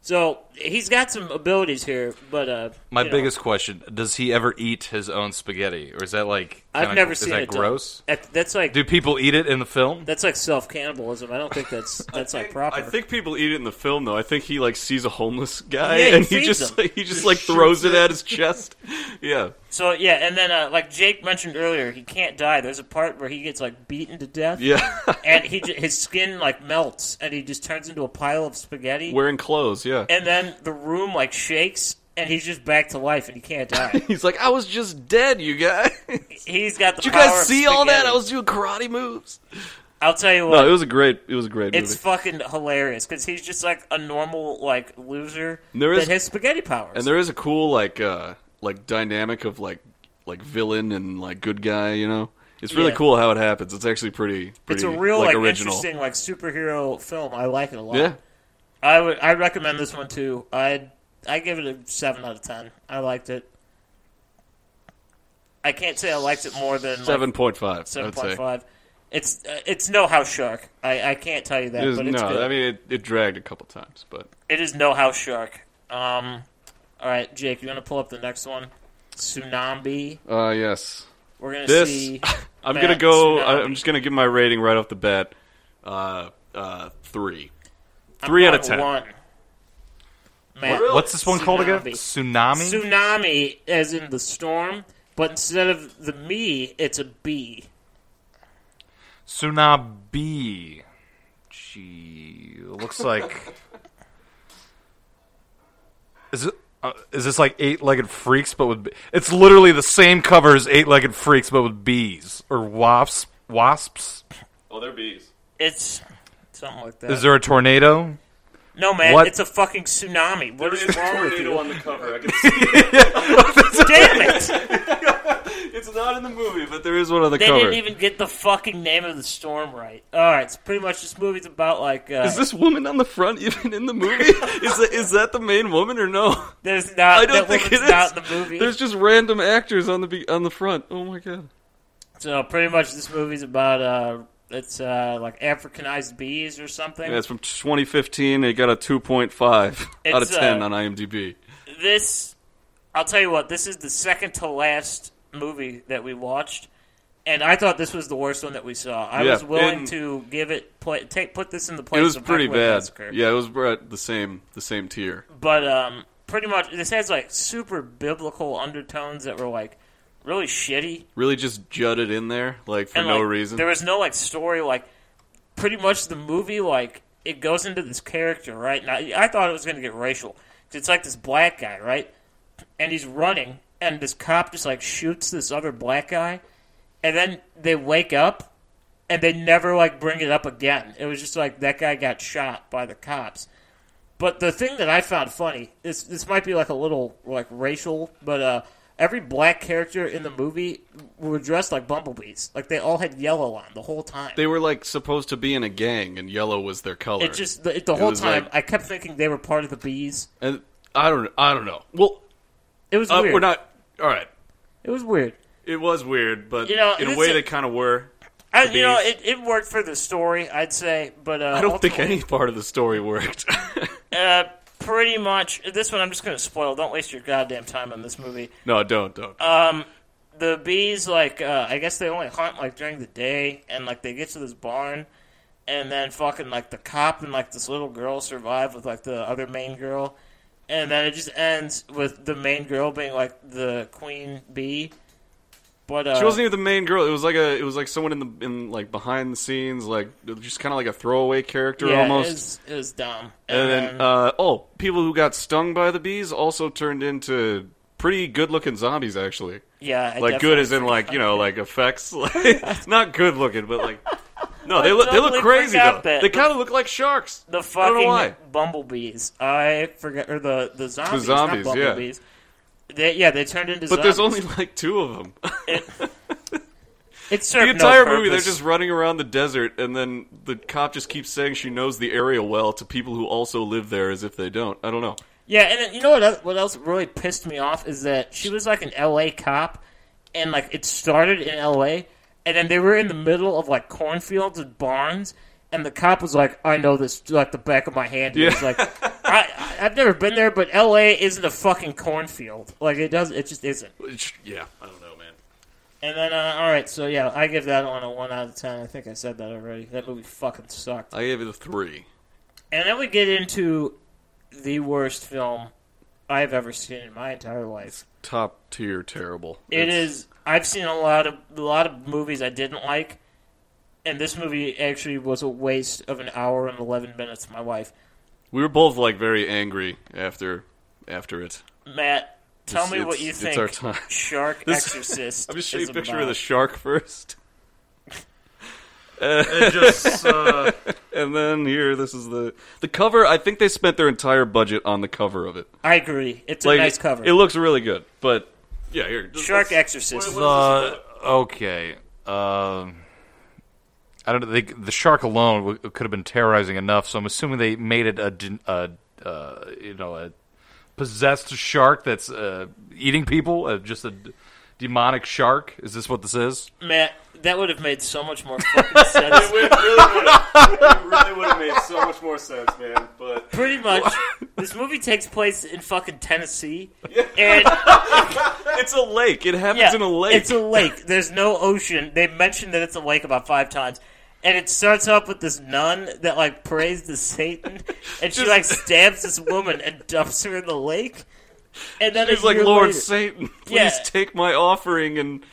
[SPEAKER 2] So he's got some abilities here, but uh,
[SPEAKER 4] My
[SPEAKER 2] you know,
[SPEAKER 4] biggest question: Does he ever eat his own spaghetti, or is that like
[SPEAKER 2] I've
[SPEAKER 4] kinda-
[SPEAKER 2] never
[SPEAKER 4] is
[SPEAKER 2] seen
[SPEAKER 4] that
[SPEAKER 2] it done.
[SPEAKER 4] gross?
[SPEAKER 2] That- That's like
[SPEAKER 4] Do people eat it in the film?
[SPEAKER 2] That's like self cannibalism. I don't think that's that's like proper.
[SPEAKER 3] I think people eat it in the film though. I think he like sees a homeless guy
[SPEAKER 2] Yeah, he
[SPEAKER 3] and he
[SPEAKER 2] feeds
[SPEAKER 3] just
[SPEAKER 2] him.
[SPEAKER 3] he just like throws it at his chest. Yeah.
[SPEAKER 2] so. Yeah, and then uh, like Jake mentioned earlier, he can't die. There's a part where he gets like beaten to death.
[SPEAKER 3] Yeah.
[SPEAKER 2] and he ju- his skin like melts, and he just turns into a pile of spaghetti.
[SPEAKER 3] Wearing clothes, yeah.
[SPEAKER 2] and then the room like shakes, and he's just back to life, and he can't die.
[SPEAKER 3] He's like, I was just dead, you guys. Did
[SPEAKER 2] he's got the.
[SPEAKER 3] you
[SPEAKER 2] power
[SPEAKER 3] guys
[SPEAKER 2] of
[SPEAKER 3] see all that?
[SPEAKER 2] spaghetti.
[SPEAKER 3] I was doing karate moves.
[SPEAKER 2] I'll tell you what.
[SPEAKER 3] No, it was a great it was a great
[SPEAKER 2] it's
[SPEAKER 3] movie.
[SPEAKER 2] fucking hilarious because he's just like a normal like loser
[SPEAKER 3] There
[SPEAKER 2] that
[SPEAKER 3] is-
[SPEAKER 2] has spaghetti powers.
[SPEAKER 3] And there is a cool like uh like dynamic of like like villain and like good guy, you know. It's really
[SPEAKER 2] Yeah.
[SPEAKER 3] cool how it happens. It's actually pretty,
[SPEAKER 2] it's
[SPEAKER 3] pretty
[SPEAKER 2] a real like,
[SPEAKER 3] original.
[SPEAKER 2] interesting like superhero film. I like it a lot.
[SPEAKER 3] Yeah.
[SPEAKER 2] I would I recommend this one too. I I give it a seven out of ten. I liked it. I can't say I liked it more than
[SPEAKER 3] Seven point five. I
[SPEAKER 2] seven
[SPEAKER 3] would say.
[SPEAKER 2] point five. It's uh, it's no house shark. I, I can't tell you that,
[SPEAKER 3] It is-
[SPEAKER 2] but it's
[SPEAKER 3] no,
[SPEAKER 2] good.
[SPEAKER 3] I mean it, it dragged a couple times, but
[SPEAKER 2] it is no house shark. Um, all right, Jake, you're gonna pull up the next one. Tsunami.
[SPEAKER 3] uh yes.
[SPEAKER 2] We're gonna
[SPEAKER 3] This
[SPEAKER 2] see.
[SPEAKER 3] I'm
[SPEAKER 2] that
[SPEAKER 3] gonna go
[SPEAKER 2] tsunami.
[SPEAKER 3] I, I'm just gonna give my rating right off the bat. Uh uh three. Three out of
[SPEAKER 2] Point
[SPEAKER 3] ten.
[SPEAKER 2] One. Matt,
[SPEAKER 4] What's this one called again? Tsunami.
[SPEAKER 2] Tsunami, as in the storm, but instead of the me, it's a B.
[SPEAKER 4] Tsunami. Gee, it looks like. is it? Uh, is this like eight-legged freaks, but with b- it's literally the same cover as eight-legged freaks, but with bees or wasps? Wasps?
[SPEAKER 3] Oh they're bees.
[SPEAKER 2] It's something like that.
[SPEAKER 4] Is there a tornado?
[SPEAKER 2] no, man,
[SPEAKER 4] what?
[SPEAKER 2] it's a fucking tsunami. What is wrong with you?
[SPEAKER 3] on the cover. I can see
[SPEAKER 2] Damn it!
[SPEAKER 3] it's not in the movie, but there is one on the
[SPEAKER 2] They
[SPEAKER 3] cover.
[SPEAKER 2] didn't even get the fucking name of the storm right. All right, it's pretty much this movie's about like uh,
[SPEAKER 3] Is this woman on the front even in the movie? is that, is that the main woman or no?
[SPEAKER 2] there's not
[SPEAKER 3] I
[SPEAKER 2] that
[SPEAKER 3] don't think it
[SPEAKER 2] woman's
[SPEAKER 3] is.
[SPEAKER 2] not in the movie.
[SPEAKER 3] There's just random actors on the be- on the front. Oh my god.
[SPEAKER 2] So pretty much this movie's about uh, it's uh, like Africanized bees or something.
[SPEAKER 3] Yeah, it's from 2015. It got a 2.5 out of
[SPEAKER 2] It's,
[SPEAKER 3] 10
[SPEAKER 2] uh,
[SPEAKER 3] on IMDb.
[SPEAKER 2] this I'll tell you what, this is the second to last movie that we watched. And I thought this was the worst one that we saw. I
[SPEAKER 3] Yeah,
[SPEAKER 2] was willing
[SPEAKER 3] and-
[SPEAKER 2] to give it play, take put this in the place.
[SPEAKER 3] It was
[SPEAKER 2] of
[SPEAKER 3] pretty
[SPEAKER 2] Microwave
[SPEAKER 3] bad.
[SPEAKER 2] Massacre.
[SPEAKER 3] Yeah, it was at the same the same tier.
[SPEAKER 2] but um, pretty much this has like super biblical undertones that were like really shitty
[SPEAKER 3] Really, just jutted in there like for
[SPEAKER 2] and,
[SPEAKER 3] no
[SPEAKER 2] like,
[SPEAKER 3] reason.
[SPEAKER 2] There was no like story. Like pretty much the movie, like it goes into this character right now. I thought it was going to get racial. 'Cause It's like this black guy, right? And he's running, and this cop just like shoots this other black guy, and then they wake up, and they never like bring it up again. It was just like that guy got shot by the cops. But the thing that I found funny, this this might be like a little like racial, but uh, every black character in the movie were dressed like bumblebees. Like they all had yellow on the whole time.
[SPEAKER 3] they were like supposed to be in a gang, and yellow was their color.
[SPEAKER 2] it just the, it- the whole
[SPEAKER 3] was
[SPEAKER 2] time
[SPEAKER 3] like-
[SPEAKER 2] I kept thinking they were part of the bees.
[SPEAKER 3] and I don't I don't know. Well,
[SPEAKER 2] It was
[SPEAKER 3] uh,
[SPEAKER 2] weird.
[SPEAKER 3] we're not all right.
[SPEAKER 2] It was weird.
[SPEAKER 3] It was weird, but
[SPEAKER 2] You know,
[SPEAKER 3] in a
[SPEAKER 2] it's
[SPEAKER 3] way
[SPEAKER 2] a-
[SPEAKER 3] they kind of were.
[SPEAKER 2] I,
[SPEAKER 3] The
[SPEAKER 2] you know,
[SPEAKER 3] bees.
[SPEAKER 2] it, it worked for the story, I'd say, but uh,
[SPEAKER 3] I don't think
[SPEAKER 2] ultimately,
[SPEAKER 3] any part of the story worked.
[SPEAKER 2] Uh, pretty much, this one I'm just going to spoil. Don't waste your goddamn time on this movie.
[SPEAKER 3] no, don't don't.
[SPEAKER 2] Uh, the bees like uh, I guess they only hunt like during the day, and like they get to this barn, and then fucking like the cop and like this little girl survive with like the other main girl, and then it just ends with the main girl being like the queen bee. But uh,
[SPEAKER 3] She wasn't even the main girl. It was like a, it was like someone in the in like behind the scenes, like just kind of like a throwaway character
[SPEAKER 2] yeah,
[SPEAKER 3] almost.
[SPEAKER 2] It was, it was dumb.
[SPEAKER 3] and then, uh, oh, people who got stung by the bees also turned into pretty good-looking zombies, actually.
[SPEAKER 2] yeah, I
[SPEAKER 3] like good
[SPEAKER 2] definitely
[SPEAKER 3] as in
[SPEAKER 2] forgot
[SPEAKER 3] like you know
[SPEAKER 2] that.
[SPEAKER 3] like effects, like, not good looking, but like No, they look they look
[SPEAKER 2] totally
[SPEAKER 3] crazy though.
[SPEAKER 2] forgot that.
[SPEAKER 3] They kind of look like sharks.
[SPEAKER 2] The
[SPEAKER 3] I don't know why.
[SPEAKER 2] fucking bumblebees. I forget, or the the zombies,
[SPEAKER 3] zombies,
[SPEAKER 2] not
[SPEAKER 3] yeah.
[SPEAKER 2] bumblebees. They, yeah, they turned into.
[SPEAKER 3] But
[SPEAKER 2] zombies.
[SPEAKER 3] there's only like two of them.
[SPEAKER 2] It
[SPEAKER 3] the
[SPEAKER 2] served no
[SPEAKER 3] entire movie, they're
[SPEAKER 2] purpose.
[SPEAKER 3] just running around the desert, and then the cop just keeps saying she knows the area well to people who also live there, as if they don't. I don't know.
[SPEAKER 2] Yeah, and then, you know what? Else, what else really pissed me off is that she was like an L.A. cop, and like it started in L.A. and then they were in the middle of like cornfields and barns, and the cop was like, "I know this like the back of my hand." And It's like, I, I- "I've never been there, but L.A. isn't a fucking cornfield. Like it does, it just isn't."
[SPEAKER 3] It's- Yeah, I don't know, man.
[SPEAKER 2] And then, uh, all right, so yeah, I give that one a one out of ten. I think I said that already. That movie fucking sucked.
[SPEAKER 3] I gave it a three.
[SPEAKER 2] And then we get into the worst film I've ever seen in my entire life.
[SPEAKER 3] Top tier, terrible.
[SPEAKER 2] It
[SPEAKER 3] It's-
[SPEAKER 2] is. I've seen a lot of a lot of movies I didn't like, and this movie actually was a waste of an hour and eleven minutes of my life.
[SPEAKER 3] We were both like very angry after after it.
[SPEAKER 2] Matt, tell
[SPEAKER 3] It's-
[SPEAKER 2] me what
[SPEAKER 3] it's-
[SPEAKER 2] you
[SPEAKER 3] it's
[SPEAKER 2] think.
[SPEAKER 3] our time.
[SPEAKER 2] Shark
[SPEAKER 3] This-
[SPEAKER 2] Exorcist.
[SPEAKER 3] I'm just showing
[SPEAKER 2] is
[SPEAKER 3] you a picture
[SPEAKER 2] about.
[SPEAKER 3] of the shark first,
[SPEAKER 5] It just uh,
[SPEAKER 3] and then here, this is the the cover. I think they spent their entire budget on the cover of it.
[SPEAKER 2] I agree. It's a nice
[SPEAKER 3] it-
[SPEAKER 2] cover.
[SPEAKER 3] It, looks really good, but yeah, here. just-
[SPEAKER 2] Shark
[SPEAKER 3] let's-
[SPEAKER 2] Exorcist.
[SPEAKER 4] Uh, okay. Um, I don't think the shark alone w- could have been terrorizing enough. So I'm assuming they made it a, d- a, uh, you know a possessed shark that's uh, eating people. Uh, just a d- demonic shark. Is this what this is?
[SPEAKER 2] Matt, that would have made so much more fucking sense.
[SPEAKER 3] It really would have made so much more sense, man. But
[SPEAKER 2] Pretty much, this movie takes place in fucking Tennessee, and
[SPEAKER 3] it's a lake. It happens
[SPEAKER 2] yeah,
[SPEAKER 3] in a lake.
[SPEAKER 2] It's a lake. There's no ocean. They mentioned that it's a lake about five times. And it starts off with this nun that like prays to Satan, and she like stabs this woman and dumps her in the lake. And then
[SPEAKER 3] He's
[SPEAKER 2] a
[SPEAKER 3] like,
[SPEAKER 2] year
[SPEAKER 3] Lord
[SPEAKER 2] later-
[SPEAKER 3] Satan, please
[SPEAKER 2] Yeah.
[SPEAKER 3] take my offering and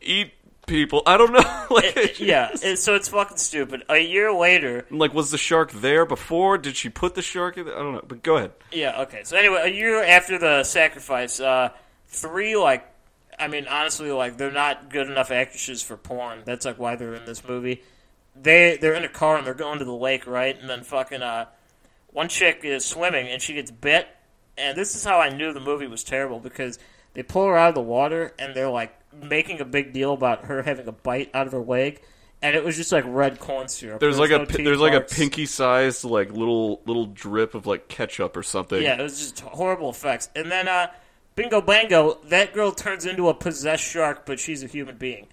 [SPEAKER 3] eat people. I don't know. like,
[SPEAKER 2] yeah. and so it's fucking stupid. A year later,
[SPEAKER 3] I'm like, was the shark there before? Did she put the shark in? There? I don't know. But go ahead.
[SPEAKER 2] Yeah, okay. So anyway, a year after the sacrifice, uh, three like I mean honestly like they're not good enough actresses for porn. That's like why they're in this movie. They they're in a car and they're going to the lake, right? And then fucking uh one chick is swimming and she gets bit and this is how I knew the movie was terrible because they pull her out of the water and they're like making a big deal about her having a bite out of her leg and it was just like red corn syrup.
[SPEAKER 3] There's like
[SPEAKER 2] no
[SPEAKER 3] a pi-
[SPEAKER 2] teeth
[SPEAKER 3] there's like a
[SPEAKER 2] marks.
[SPEAKER 3] pinky sized like little little drip of like ketchup or something.
[SPEAKER 2] Yeah, it was just horrible effects. And then, uh, bingo bango, that girl turns into a possessed shark, but she's a human being.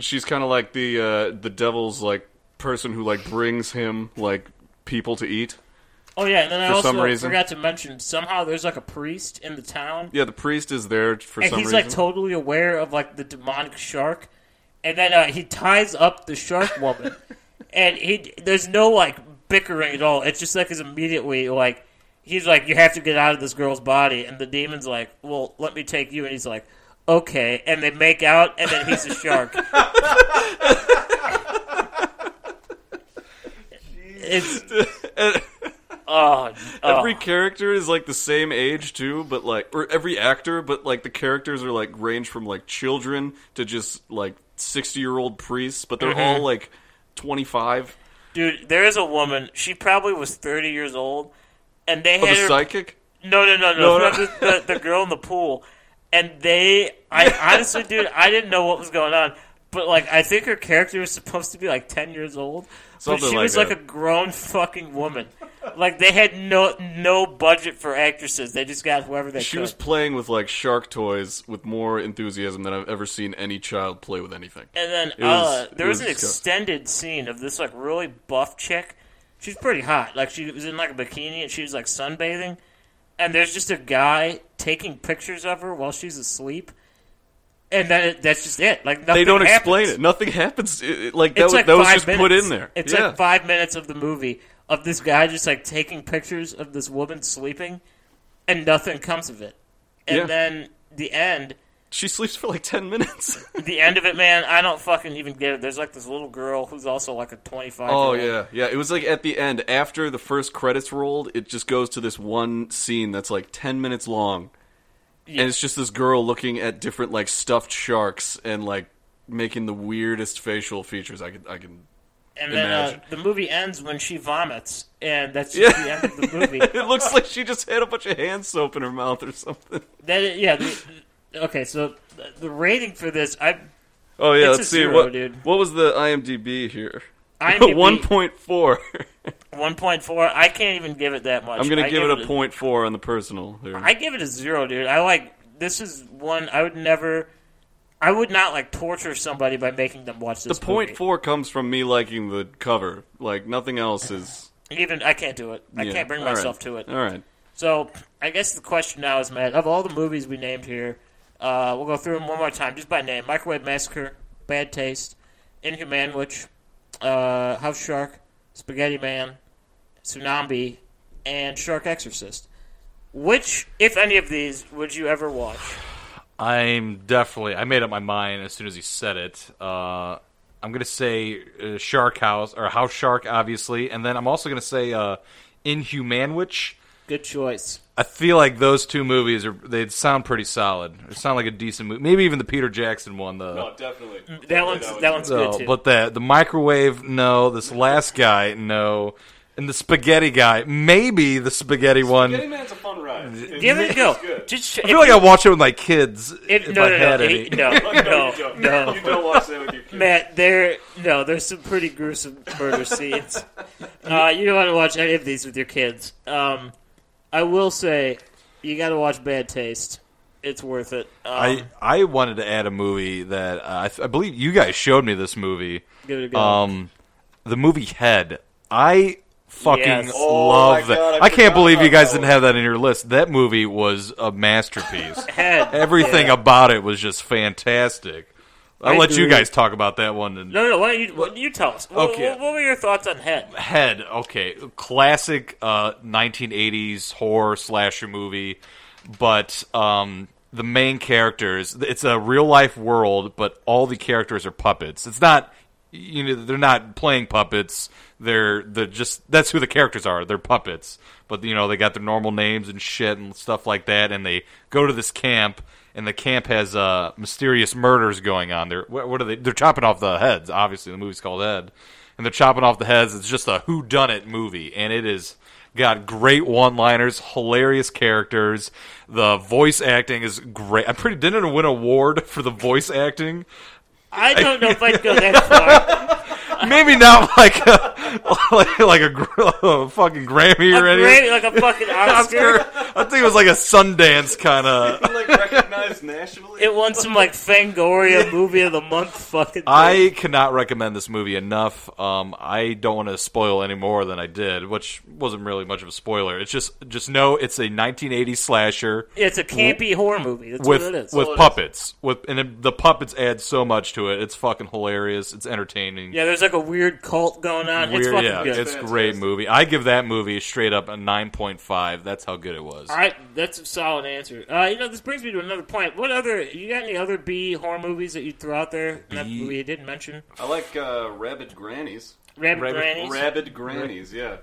[SPEAKER 3] she's kind of like the uh, the devil's like person who like brings him like people to eat.
[SPEAKER 2] Oh yeah, and then I
[SPEAKER 3] For
[SPEAKER 2] also
[SPEAKER 3] some reason.
[SPEAKER 2] forgot to mention somehow there's like a priest in the town,
[SPEAKER 3] Yeah, the priest is there for
[SPEAKER 2] and
[SPEAKER 3] some
[SPEAKER 2] he's
[SPEAKER 3] reason.
[SPEAKER 2] like totally aware of like the demonic shark, and then uh, he ties up the shark woman, and he there's no like bickering at all. It's just like is immediately like he's like you have to get out of this girl's body, and the demon's like, well, let me take you, and he's like. Okay, and they make out, and then he's a shark. It's oh,
[SPEAKER 3] every character is like the same age too, but like or every actor, but like the characters are like range from like children to just like sixty year old priests, but they're
[SPEAKER 2] Mm-hmm.
[SPEAKER 3] all like twenty five.
[SPEAKER 2] dude, there is a woman. She probably was thirty years old, and they
[SPEAKER 3] Oh, the
[SPEAKER 2] had her.
[SPEAKER 3] psychic.
[SPEAKER 2] no, no, no, no,
[SPEAKER 3] No, no.
[SPEAKER 2] The, the- the girl in the pool, and they. I honestly, dude, I didn't know what was going on, but like, I think her character was supposed to be like ten years old,
[SPEAKER 3] Something
[SPEAKER 2] but she
[SPEAKER 3] like
[SPEAKER 2] was like
[SPEAKER 3] that.
[SPEAKER 2] a grown fucking woman. Like they had no no budget for actresses. They just got whoever they
[SPEAKER 3] She
[SPEAKER 2] could.
[SPEAKER 3] was playing with like shark toys with more enthusiasm than I've ever seen any child play with anything.
[SPEAKER 2] And then
[SPEAKER 3] It was-
[SPEAKER 2] uh, there
[SPEAKER 3] it
[SPEAKER 2] was,
[SPEAKER 3] was
[SPEAKER 2] an
[SPEAKER 3] disgusting.
[SPEAKER 2] extended scene of this like really buff chick. She's pretty hot. Like she was in like a bikini and she was like sunbathing. And there's just a guy taking pictures of her while she's asleep. And then it, that's just it. Like nothing
[SPEAKER 3] They don't
[SPEAKER 2] happens.
[SPEAKER 3] explain it. Nothing happens. It- it- like that
[SPEAKER 2] It's
[SPEAKER 3] was
[SPEAKER 2] like
[SPEAKER 3] that was
[SPEAKER 2] five
[SPEAKER 3] just
[SPEAKER 2] minutes.
[SPEAKER 3] put in there.
[SPEAKER 2] It's
[SPEAKER 3] yeah.
[SPEAKER 2] like five minutes of the movie of this guy just like taking pictures of this woman sleeping, and nothing comes of it. And
[SPEAKER 3] Yeah.
[SPEAKER 2] then the end.
[SPEAKER 3] She sleeps for like ten minutes.
[SPEAKER 2] The end of it, man, I don't fucking even get it. There's like this little girl who's also like a 25
[SPEAKER 3] Oh
[SPEAKER 2] year old.
[SPEAKER 3] yeah, yeah. It was like at the end, after the first credits rolled, it just goes to this one scene that's like ten minutes long, and it's just this girl looking at different like stuffed sharks and like making the weirdest facial features I can I can
[SPEAKER 2] And then uh,
[SPEAKER 3] Imagine.
[SPEAKER 2] the movie ends when she vomits, and that's just the end of the movie.
[SPEAKER 3] It looks like she just had a bunch of hand soap in her mouth or something.
[SPEAKER 2] That yeah. The, okay, so the- the rating for this, I
[SPEAKER 3] Oh yeah,
[SPEAKER 2] It's
[SPEAKER 3] let's
[SPEAKER 2] a
[SPEAKER 3] see
[SPEAKER 2] zero,
[SPEAKER 3] what
[SPEAKER 2] dude.
[SPEAKER 3] what was the IMDb here.
[SPEAKER 2] IMDb.
[SPEAKER 3] one point four.
[SPEAKER 2] one point four. I can't even give it that much.
[SPEAKER 3] I'm gonna
[SPEAKER 2] I
[SPEAKER 3] give it a point four on the personal. There.
[SPEAKER 2] I give it a zero, dude. I like this is one I would never. I would not like torture somebody by making them watch
[SPEAKER 3] the
[SPEAKER 2] this.
[SPEAKER 3] point
[SPEAKER 2] movie.
[SPEAKER 3] four comes from me liking the cover. Like nothing else is.
[SPEAKER 2] Even I can't do it. I
[SPEAKER 3] yeah,
[SPEAKER 2] can't bring
[SPEAKER 3] all right,
[SPEAKER 2] myself to it.
[SPEAKER 3] All right.
[SPEAKER 2] So I guess the question now is, Matt, of all the movies we named here, uh, we'll go through them one more time, just by name: Microwave Massacre, Bad Taste, Inhuman Witch, uh, House Shark, Spaghetti Man, Tsunami, and Shark Exorcist. Which, if any of these, would you ever watch?
[SPEAKER 4] I'm definitely. I made up my mind as soon as he said it. Uh, I'm gonna say uh, Shark House or House Shark, obviously, and then I'm also gonna say uh, Inhuman Witch.
[SPEAKER 2] Good choice.
[SPEAKER 4] I feel like those two movies are they sound pretty solid. They sound like a decent movie. Maybe even the Peter Jackson one. The
[SPEAKER 3] Oh, definitely.
[SPEAKER 2] That one's that one's
[SPEAKER 4] so,
[SPEAKER 2] good too.
[SPEAKER 4] but the the microwave, no. This last guy, no. And the spaghetti guy, maybe the spaghetti, one.
[SPEAKER 3] Man's a fun ride.
[SPEAKER 2] Give it a go. Just
[SPEAKER 4] I feel like I watch it with my kids.
[SPEAKER 2] if,
[SPEAKER 4] If,
[SPEAKER 2] no,
[SPEAKER 4] I
[SPEAKER 2] no,
[SPEAKER 4] had
[SPEAKER 2] no,
[SPEAKER 4] any.
[SPEAKER 2] he- no, no, no,
[SPEAKER 3] don't watch that with your kids.
[SPEAKER 2] Matt, there, no, there's some pretty gruesome murder scenes. Uh, you don't want to watch any of these with your kids. Um, I will say, you got to watch Bad Taste. It's worth it. Um,
[SPEAKER 4] I I wanted to add a movie that uh, I, th- I believe you guys showed me this movie.
[SPEAKER 2] give it a go.
[SPEAKER 4] Um, the movie Head. I fucking
[SPEAKER 2] Yes. Oh
[SPEAKER 4] love
[SPEAKER 3] my
[SPEAKER 4] that.
[SPEAKER 3] God, I
[SPEAKER 4] I, can't
[SPEAKER 3] forgot
[SPEAKER 4] believe you
[SPEAKER 3] about
[SPEAKER 4] guys
[SPEAKER 3] that
[SPEAKER 4] didn't
[SPEAKER 3] one.
[SPEAKER 4] have that in your list. That movie was a masterpiece.
[SPEAKER 2] Head.
[SPEAKER 4] Everything about it was just fantastic. I'll
[SPEAKER 2] I
[SPEAKER 4] let you
[SPEAKER 2] agree.
[SPEAKER 4] guys talk about that one. And
[SPEAKER 2] no, no, why don't you, why don't you tell us? What,
[SPEAKER 4] Okay.
[SPEAKER 2] what, what were your thoughts on Head?
[SPEAKER 4] Head, okay, classic uh, 1980s horror slasher movie, but um, the main characters, it's a real life world, but all the characters are puppets. It's not, you know, they're not playing puppets. They're they're just that's who the characters are. They're puppets, but you know they got their normal names and shit and stuff like that. And they go to this camp, and the camp has uh, mysterious murders going on. They're what, what are they? They're chopping off the heads. Obviously, the movie's called Head and they're chopping off the heads. It's just a who done it movie, and it is got great one liners, hilarious characters. The voice acting is great. I'm pretty didn't it win an award for the voice acting.
[SPEAKER 2] I don't know if I'd go that far.
[SPEAKER 4] Maybe not like a like, like a, gr- a fucking Grammy or anything.
[SPEAKER 2] Great, like a fucking Oscar.
[SPEAKER 4] I think it was like a Sundance kind of.
[SPEAKER 3] like recognized nationally.
[SPEAKER 2] It won some like Fangoria movie of the month. Fucking. thing.
[SPEAKER 4] I cannot recommend this movie enough. Um, I don't want to spoil any more than I did, which wasn't really much of a spoiler. It's just just know it's a 1980s slasher.
[SPEAKER 2] It's a campy horror movie. That's
[SPEAKER 4] with
[SPEAKER 2] what it is.
[SPEAKER 4] with puppets with and it- the puppets add so much to it. It's fucking hilarious. It's entertaining.
[SPEAKER 2] yeah, there's like a weird cult going on. it's
[SPEAKER 4] Weird-
[SPEAKER 2] fucking
[SPEAKER 4] yeah,
[SPEAKER 2] good.
[SPEAKER 4] it's a great movie. I give that movie straight up a nine point five. That's how good it was.
[SPEAKER 2] All right, that's a solid answer. Uh, you know, this brings me to another point. What other? You got any other B horror movies that you throw out there that
[SPEAKER 4] B-
[SPEAKER 2] we didn't mention?
[SPEAKER 3] I like uh, Rabid Grannies.
[SPEAKER 2] Rabbit,
[SPEAKER 4] Rabbit-
[SPEAKER 2] Grannies.
[SPEAKER 3] Rabid Grannies, yeah.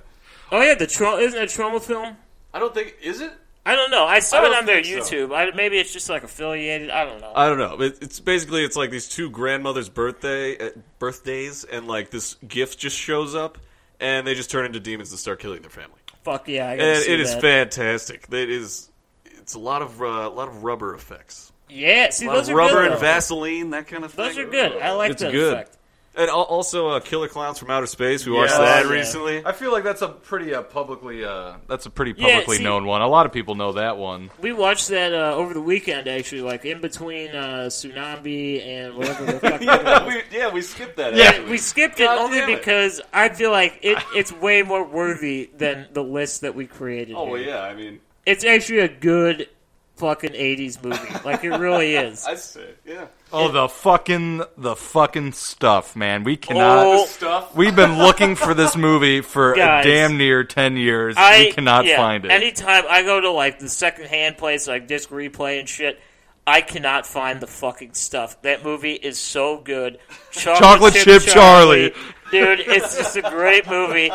[SPEAKER 2] oh yeah, the tra- isn't it a trauma film?
[SPEAKER 3] I don't think is it.
[SPEAKER 2] I don't know. I saw
[SPEAKER 3] I
[SPEAKER 2] it
[SPEAKER 3] don't
[SPEAKER 2] on their
[SPEAKER 3] think so. Uh,
[SPEAKER 2] YouTube. I, maybe it's just like affiliated. I don't know.
[SPEAKER 3] I don't know. It, it's basically it's like these two grandmothers' birthday uh, birthdays, and like this gift just shows up, and they just turn into demons and start killing their family.
[SPEAKER 2] Fuck yeah, I gotta
[SPEAKER 3] And
[SPEAKER 2] see
[SPEAKER 3] it is
[SPEAKER 2] that.
[SPEAKER 3] fantastic. It is. It's a lot of uh, a lot of rubber effects.
[SPEAKER 2] Yeah, see
[SPEAKER 3] A lot
[SPEAKER 2] those
[SPEAKER 3] of
[SPEAKER 2] are
[SPEAKER 3] rubber
[SPEAKER 2] good.
[SPEAKER 3] and
[SPEAKER 2] though.
[SPEAKER 3] Vaseline, that kind of thing.
[SPEAKER 2] Those are good. I like
[SPEAKER 3] it's
[SPEAKER 2] that
[SPEAKER 3] good.
[SPEAKER 2] effect.
[SPEAKER 3] And al- also uh, Killer Clowns from Outer Space. We watched
[SPEAKER 4] Yeah.
[SPEAKER 3] that
[SPEAKER 2] Yeah.
[SPEAKER 3] recently.
[SPEAKER 4] I feel like that's a pretty uh, publicly uh, that's a pretty
[SPEAKER 2] Yeah,
[SPEAKER 4] publicly
[SPEAKER 2] see-
[SPEAKER 4] known one. A lot of people know that one.
[SPEAKER 2] We watched that uh, over the weekend, actually, like in between uh, Tsunami and whatever the fuck.
[SPEAKER 3] we, yeah, we skipped that.
[SPEAKER 2] Yeah, we skipped it
[SPEAKER 3] God
[SPEAKER 2] only
[SPEAKER 3] damn it.
[SPEAKER 2] because I feel like it, it's way more worthy than the list that we created.
[SPEAKER 3] Oh well,
[SPEAKER 2] here.
[SPEAKER 3] yeah. I mean,
[SPEAKER 2] It's actually a good fucking 80s movie. Like, it really is.
[SPEAKER 3] I say, yeah.
[SPEAKER 4] Oh, the fucking the fucking stuff, man. We cannot.
[SPEAKER 2] Oh,
[SPEAKER 3] Stuff.
[SPEAKER 4] We've been looking for this movie for
[SPEAKER 2] Guys.
[SPEAKER 4] damn near ten years.
[SPEAKER 2] I
[SPEAKER 4] we cannot
[SPEAKER 2] yeah,
[SPEAKER 4] find it.
[SPEAKER 2] Anytime I go to, like, the secondhand place, like Disc Replay and shit, I cannot find the fucking stuff. That movie is so good. Chocolate,
[SPEAKER 4] Chocolate Chip Charlie.
[SPEAKER 2] Dude, it's just a great movie.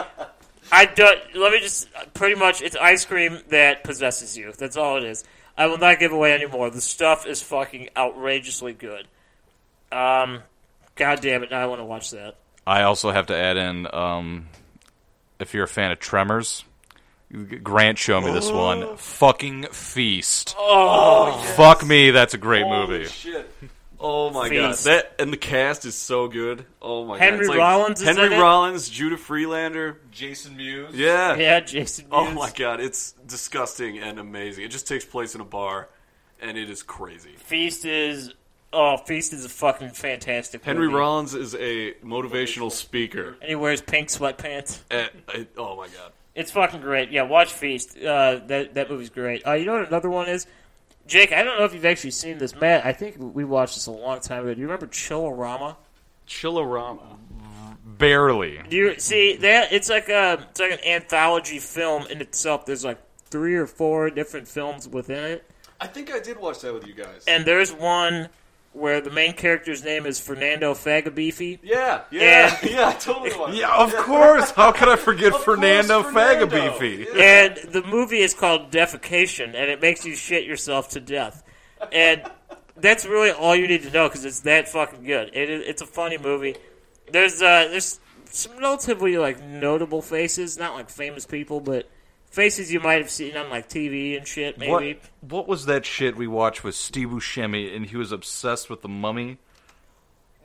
[SPEAKER 2] I don't. Let me just. Pretty much, it's ice cream that possesses you. That's all it is. I will not give away anymore. The stuff is fucking outrageously good. Um, God damn it! Now I want to watch that.
[SPEAKER 4] I also have to add in um, if you're a fan of Tremors, Grant showed me this
[SPEAKER 2] Oh.
[SPEAKER 4] one. Fucking Feast. Oh, fuck me, that's a great movie.
[SPEAKER 3] Shit. Oh my
[SPEAKER 2] Feast.
[SPEAKER 3] god, that and the cast is so good. Oh my
[SPEAKER 2] Henry
[SPEAKER 3] god, It's like
[SPEAKER 2] Rollins is
[SPEAKER 3] Henry
[SPEAKER 2] in it?
[SPEAKER 3] Rollins, Judah Freelander.
[SPEAKER 5] Jason Mewes.
[SPEAKER 3] Yeah.
[SPEAKER 2] Yeah, Jason.
[SPEAKER 3] Oh
[SPEAKER 2] Mewes.
[SPEAKER 3] my god, it's disgusting and amazing. It just takes place in a bar, and it is crazy.
[SPEAKER 2] Feast is oh, Feast is a fucking fantastic.
[SPEAKER 3] Henry
[SPEAKER 2] movie.
[SPEAKER 3] Rollins is a motivational speaker.
[SPEAKER 2] and he wears pink sweatpants.
[SPEAKER 3] Eh, I- oh my god.
[SPEAKER 2] It's fucking great. Yeah, watch Feast. Uh, that that movie's great. Uh, you know what another one is? Jake, I don't know if you've actually seen this. Matt, I think we watched this a long time ago. Do you remember Chillerama?
[SPEAKER 3] Chillerama.
[SPEAKER 4] Barely.
[SPEAKER 2] Do you see that? It's like a it's like an anthology film in itself. There's like three or four different films within it,
[SPEAKER 3] I think I did watch that with you guys.
[SPEAKER 2] and there's one where the main character's name is Fernando Fagabeefy.
[SPEAKER 3] yeah,
[SPEAKER 2] yeah, Eh. Yeah.
[SPEAKER 3] I totally watched.
[SPEAKER 4] Yeah, of course. How could I forget Fernando,
[SPEAKER 3] Fernando.
[SPEAKER 4] Fagabeefy?
[SPEAKER 2] And the movie is called Defecation, and it makes you shit yourself to death. And that's really all you need to know because it's that fucking good. It, is- it's a funny movie. There's uh, there's some relatively like notable faces, not like famous people, but faces you might have seen on like TV and shit. Maybe
[SPEAKER 4] What, what was that shit we watched with Steve Buscemi and he was obsessed with the mummy?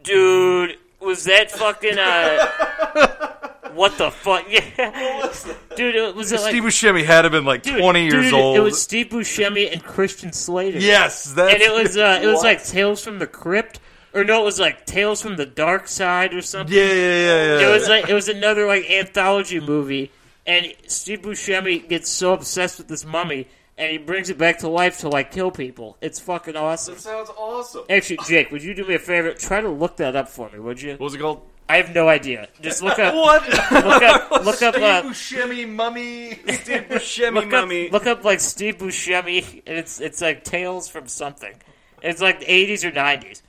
[SPEAKER 2] dude, was that fucking uh, what the fuck? Yeah, dude, it was it like
[SPEAKER 4] Steve Buscemi had to been like
[SPEAKER 2] dude,
[SPEAKER 4] 20 years
[SPEAKER 2] dude,
[SPEAKER 4] old.
[SPEAKER 2] It was Steve Buscemi and Christian Slater.
[SPEAKER 4] yes, that's
[SPEAKER 2] and it was uh, it was like Tales from the Crypt, or no, it was like Tales from the Dark Side or something.
[SPEAKER 4] Yeah, yeah, yeah, yeah.
[SPEAKER 2] It was like it was another like anthology movie, and Steve Buscemi gets so obsessed with this mummy, and he brings it back to life to like kill people. It's fucking awesome.
[SPEAKER 5] That sounds awesome.
[SPEAKER 2] Actually, Jake, would you do me a favor? Try to look that up for me, would you?
[SPEAKER 3] What was it called?
[SPEAKER 2] I have no idea. Just look up. Look up. Look up. Uh,
[SPEAKER 4] Buscemi mummy.
[SPEAKER 3] Buscemi
[SPEAKER 2] look up, look up like Steve Buscemi, and it's it's like Tales from something. It's like the eighties or nineties.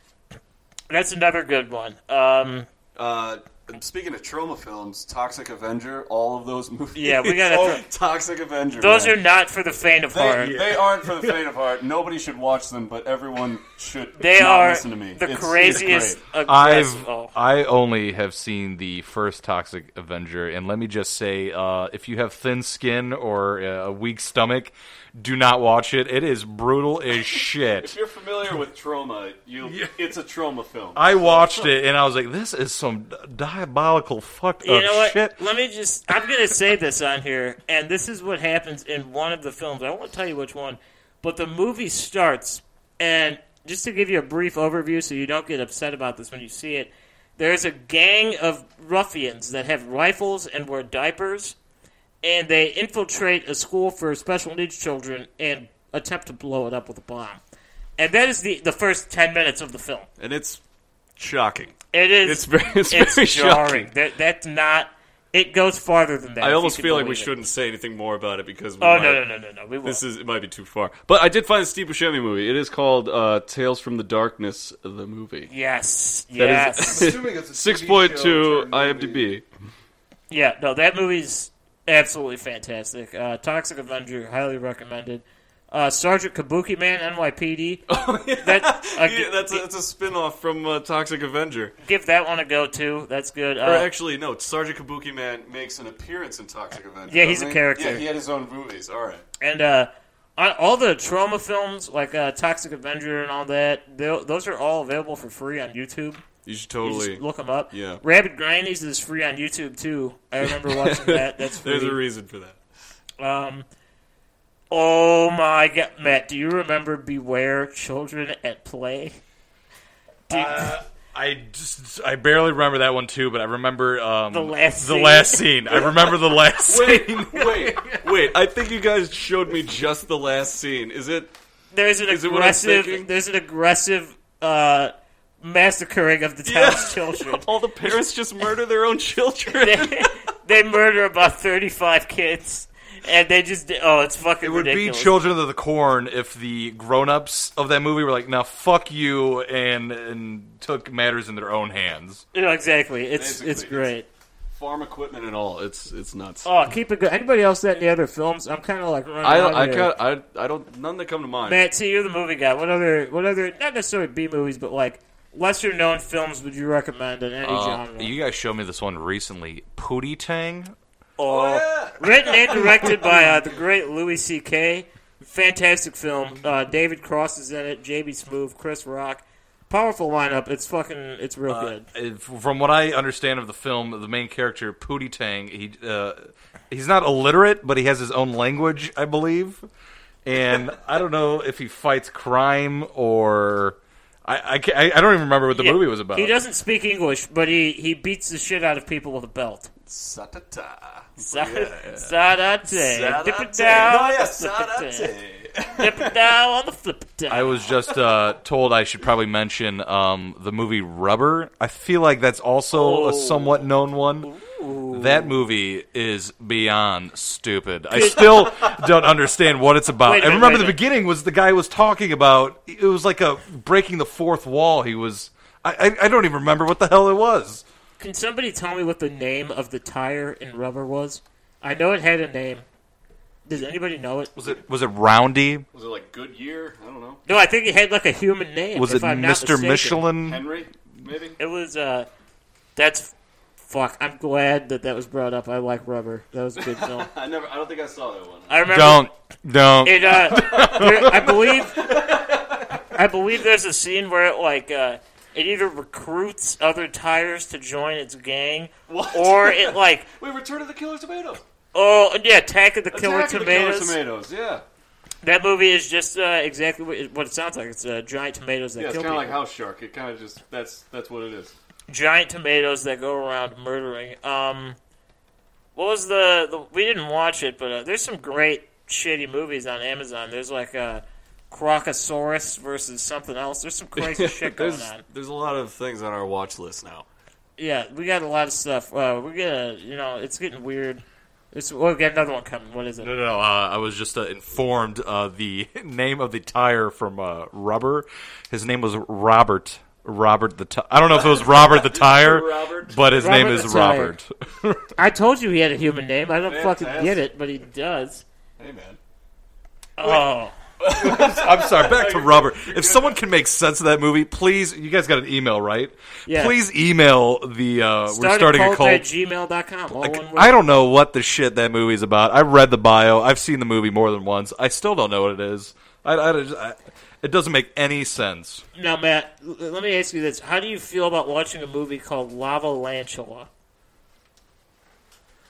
[SPEAKER 2] That's another good one. Um,
[SPEAKER 5] Uh, speaking of trauma films, Toxic Avenger, all of those movies.
[SPEAKER 2] Yeah, we gotta
[SPEAKER 5] Oh,
[SPEAKER 2] throw-
[SPEAKER 5] Toxic Avenger.
[SPEAKER 2] those
[SPEAKER 5] man.
[SPEAKER 2] are not for the faint of heart.
[SPEAKER 5] They, they aren't for the faint of heart. Nobody should watch them, but everyone should.
[SPEAKER 2] They
[SPEAKER 5] not
[SPEAKER 2] are
[SPEAKER 5] Listen to me.
[SPEAKER 2] the
[SPEAKER 5] It's-
[SPEAKER 2] craziest.
[SPEAKER 5] It's great.
[SPEAKER 2] aggressive-
[SPEAKER 4] I've
[SPEAKER 2] oh.
[SPEAKER 4] I only have seen the first Toxic Avenger, and let me just say, uh, if you have thin skin or uh, a weak stomach, do not watch it. It is brutal as shit.
[SPEAKER 5] If you're familiar with trauma, you it's a trauma film.
[SPEAKER 4] I watched it and I was like, this is some diabolical fucked
[SPEAKER 2] You
[SPEAKER 4] up
[SPEAKER 2] know what?
[SPEAKER 4] Oh, shit.
[SPEAKER 2] Let me just. I'm gonna say this on here, and this is what happens in one of the films. I won't tell you which one, but the movie starts, and just to give you a brief overview, so you don't get upset about this when you see it. There's a gang of ruffians that have rifles and wear diapers, and they infiltrate a school for special needs children and attempt to blow it up with a bomb. And that is the the first ten minutes of the film.
[SPEAKER 3] And it's shocking.
[SPEAKER 2] It is.
[SPEAKER 3] It's very- it's very shocking.
[SPEAKER 2] That, that's not. It goes farther than that. if
[SPEAKER 3] I
[SPEAKER 2] you
[SPEAKER 3] almost
[SPEAKER 2] can
[SPEAKER 3] feel like we
[SPEAKER 2] believe it.
[SPEAKER 3] shouldn't say anything more about it because we
[SPEAKER 2] Oh
[SPEAKER 3] might-
[SPEAKER 2] no no no no no. We won't.
[SPEAKER 3] This is it might be too far. But I did find a Steve Buscemi movie. It is called uh, Tales from the Darkness, the movie.
[SPEAKER 2] yes
[SPEAKER 3] That
[SPEAKER 2] yes
[SPEAKER 3] is
[SPEAKER 5] Assuming it's a
[SPEAKER 3] six
[SPEAKER 5] TV show
[SPEAKER 3] point two
[SPEAKER 5] turned
[SPEAKER 3] IMDb.
[SPEAKER 2] yeah. No, that movie's absolutely fantastic. Uh, Toxic Avenger, highly recommended. Uh, Sergeant Kabuki Man, NYPD. Oh, yeah. that, uh,
[SPEAKER 3] Yeah, that's a, that's a spin off from uh, Toxic Avenger.
[SPEAKER 2] give that one a go too. That's good.
[SPEAKER 3] Or
[SPEAKER 2] Uh,
[SPEAKER 3] actually, no, Sergeant Kabuki Man makes an appearance in Toxic Avenger.
[SPEAKER 2] Yeah, he's
[SPEAKER 3] doesn't
[SPEAKER 2] a
[SPEAKER 3] he?
[SPEAKER 2] character.
[SPEAKER 5] Yeah, he had his own movies. All right.
[SPEAKER 2] and uh, on all the trauma films like uh, Toxic Avenger and all that, they'll- those are all available for free on YouTube.
[SPEAKER 3] You should
[SPEAKER 2] You
[SPEAKER 3] totally
[SPEAKER 2] just look them up.
[SPEAKER 3] Yeah.
[SPEAKER 2] Rabid Grannies is free on YouTube too. I remember watching that. That's free.
[SPEAKER 3] There's a reason for that.
[SPEAKER 2] um, oh my god, Matt, do you remember Beware Children at Play? Do-
[SPEAKER 3] Uh,
[SPEAKER 4] I just I barely remember that one too, but I remember um,
[SPEAKER 2] The last
[SPEAKER 4] the
[SPEAKER 2] scene.
[SPEAKER 4] last scene. I remember the last scene.
[SPEAKER 3] wait, wait! I think you guys showed me just the last scene. Is it?
[SPEAKER 2] there's an
[SPEAKER 3] is it what I'm
[SPEAKER 2] aggressive.
[SPEAKER 3] thinking?
[SPEAKER 2] There's an aggressive uh, massacring of the town's children.
[SPEAKER 3] All the parents just murder their own children.
[SPEAKER 2] they, they murder about 35 kids, and they just oh, it's fucking
[SPEAKER 4] It would
[SPEAKER 2] ridiculous.
[SPEAKER 4] be Children of the Corn if the grown-ups of that movie were like, "Now fuck you," and and took matters in their own hands.
[SPEAKER 2] No, exactly. It's
[SPEAKER 5] Basically,
[SPEAKER 2] it's
[SPEAKER 5] yes.
[SPEAKER 2] great.
[SPEAKER 3] Farm equipment and all. It's it's nuts.
[SPEAKER 2] Oh, keep it good. Anybody else that in the other films? I'm kind of like running
[SPEAKER 3] I
[SPEAKER 2] out
[SPEAKER 3] I,
[SPEAKER 2] here.
[SPEAKER 3] got, I I don't none that come to mind.
[SPEAKER 2] Matt, see, you're the movie guy. What other, what other, not necessarily B movies, but like lesser known films would you recommend in any genre?
[SPEAKER 4] Uh, Um, You guys showed me this one recently, Pootie Tang.
[SPEAKER 2] Oh, written and directed by uh, the great Louis C.K. Fantastic film. Uh, David Cross is in it. J.B. Smoove, Chris Rock. Powerful lineup. It's fucking. It's real good.
[SPEAKER 4] Uh, From what I understand of the film, the main character Pootie Tang, he uh, he's not illiterate, but he has his own language, I believe. And I don't know if he fights crime or I I, ca- I, I don't even remember what the
[SPEAKER 2] Yeah.
[SPEAKER 4] movie was about.
[SPEAKER 2] He doesn't speak English, but he, he beats the shit out of people with a belt.
[SPEAKER 4] Oh,
[SPEAKER 5] Satata.
[SPEAKER 2] Sadate. Dip
[SPEAKER 5] Sadate.
[SPEAKER 2] it
[SPEAKER 4] Oh,
[SPEAKER 2] down.
[SPEAKER 3] Oh,
[SPEAKER 5] No, yeah,
[SPEAKER 2] flip it down.
[SPEAKER 5] Sadate.
[SPEAKER 2] Dip it down on the flip it down.
[SPEAKER 4] I was just uh, told I should probably mention um, the movie Rubber. I feel like that's also
[SPEAKER 2] Oh.
[SPEAKER 4] a somewhat known one. That movie is beyond stupid. I still don't understand what it's about.
[SPEAKER 2] Wait a
[SPEAKER 4] I
[SPEAKER 2] minute,
[SPEAKER 4] remember
[SPEAKER 2] wait a
[SPEAKER 4] the
[SPEAKER 2] minute.
[SPEAKER 4] beginning was the guy was talking about it was like a breaking the fourth wall. He was I, I, I don't even remember what the hell it was.
[SPEAKER 2] Can somebody tell me what the name of the tire in rubber was? I know it had a name. Does anybody know it?
[SPEAKER 4] Was it was it Roundy?
[SPEAKER 3] Was it like Goodyear? I don't know.
[SPEAKER 2] No, I think it had like a human name.
[SPEAKER 4] Was
[SPEAKER 2] if
[SPEAKER 4] it
[SPEAKER 2] I'm not
[SPEAKER 4] Mr.
[SPEAKER 2] mistaken.
[SPEAKER 4] Michelin?
[SPEAKER 3] Henry, maybe.
[SPEAKER 2] It was. uh That's fuck. I'm glad that that was brought up. I like rubber. That was a good film.
[SPEAKER 3] I never. I don't think I saw that one.
[SPEAKER 2] I remember.
[SPEAKER 4] Don't don't.
[SPEAKER 2] It, uh, there- I believe, I believe there's a scene where it like uh, it either recruits other tires to join its gang,
[SPEAKER 3] What?
[SPEAKER 2] or it like
[SPEAKER 3] Wait, Return of the Killer Tomato.
[SPEAKER 2] oh yeah, Attack of the Killer
[SPEAKER 3] Attack of the Killer
[SPEAKER 2] Tomatoes.
[SPEAKER 3] Tomatoes. Yeah.
[SPEAKER 2] That movie is just uh, exactly what it, what it sounds like. It's uh, giant tomatoes that
[SPEAKER 3] Yeah, it's
[SPEAKER 2] kill
[SPEAKER 3] kind of
[SPEAKER 2] people.
[SPEAKER 3] like House Shark. It kind of just that's that's what it is.
[SPEAKER 2] giant tomatoes that go around murdering. Um, what was the, the we didn't watch it, but uh, there's some great shitty movies on Amazon. There's like uh, Crocosaurus versus something else. There's some crazy shit going
[SPEAKER 3] there's
[SPEAKER 2] on.
[SPEAKER 3] there's a lot of things on our watch list now.
[SPEAKER 2] Yeah, we got a lot of stuff. Uh, we got you know it's getting weird. It's, well, we got another one coming. What is it?
[SPEAKER 4] No, no, no. Uh, I was just uh, informed uh, the name of the tire from uh, Rubber. His name was Robert. Robert the t- I don't know if it was Robert the tire,
[SPEAKER 3] Robert.
[SPEAKER 4] but his name
[SPEAKER 2] Robert
[SPEAKER 4] is
[SPEAKER 2] the Tire.
[SPEAKER 4] Robert.
[SPEAKER 2] I told you he had a human name. I don't fucking
[SPEAKER 3] Fantastic.
[SPEAKER 2] get it, but he does.
[SPEAKER 3] Hey man.
[SPEAKER 2] Oh,
[SPEAKER 4] I'm sorry. Back to Robert. If someone can make sense of that movie, please. You guys got an email, right?
[SPEAKER 2] Yeah.
[SPEAKER 4] Please email the. Uh, we're starting a
[SPEAKER 2] at
[SPEAKER 4] cult.
[SPEAKER 2] gmail.com. All one word.
[SPEAKER 4] I don't know what the shit that movie's about. I read the bio. I've seen the movie more than once. I still don't know what it is. I, I, I, it doesn't make any sense.
[SPEAKER 2] Now, Matt, l- let me ask you this: How do you feel about watching a movie called Lava Lantula?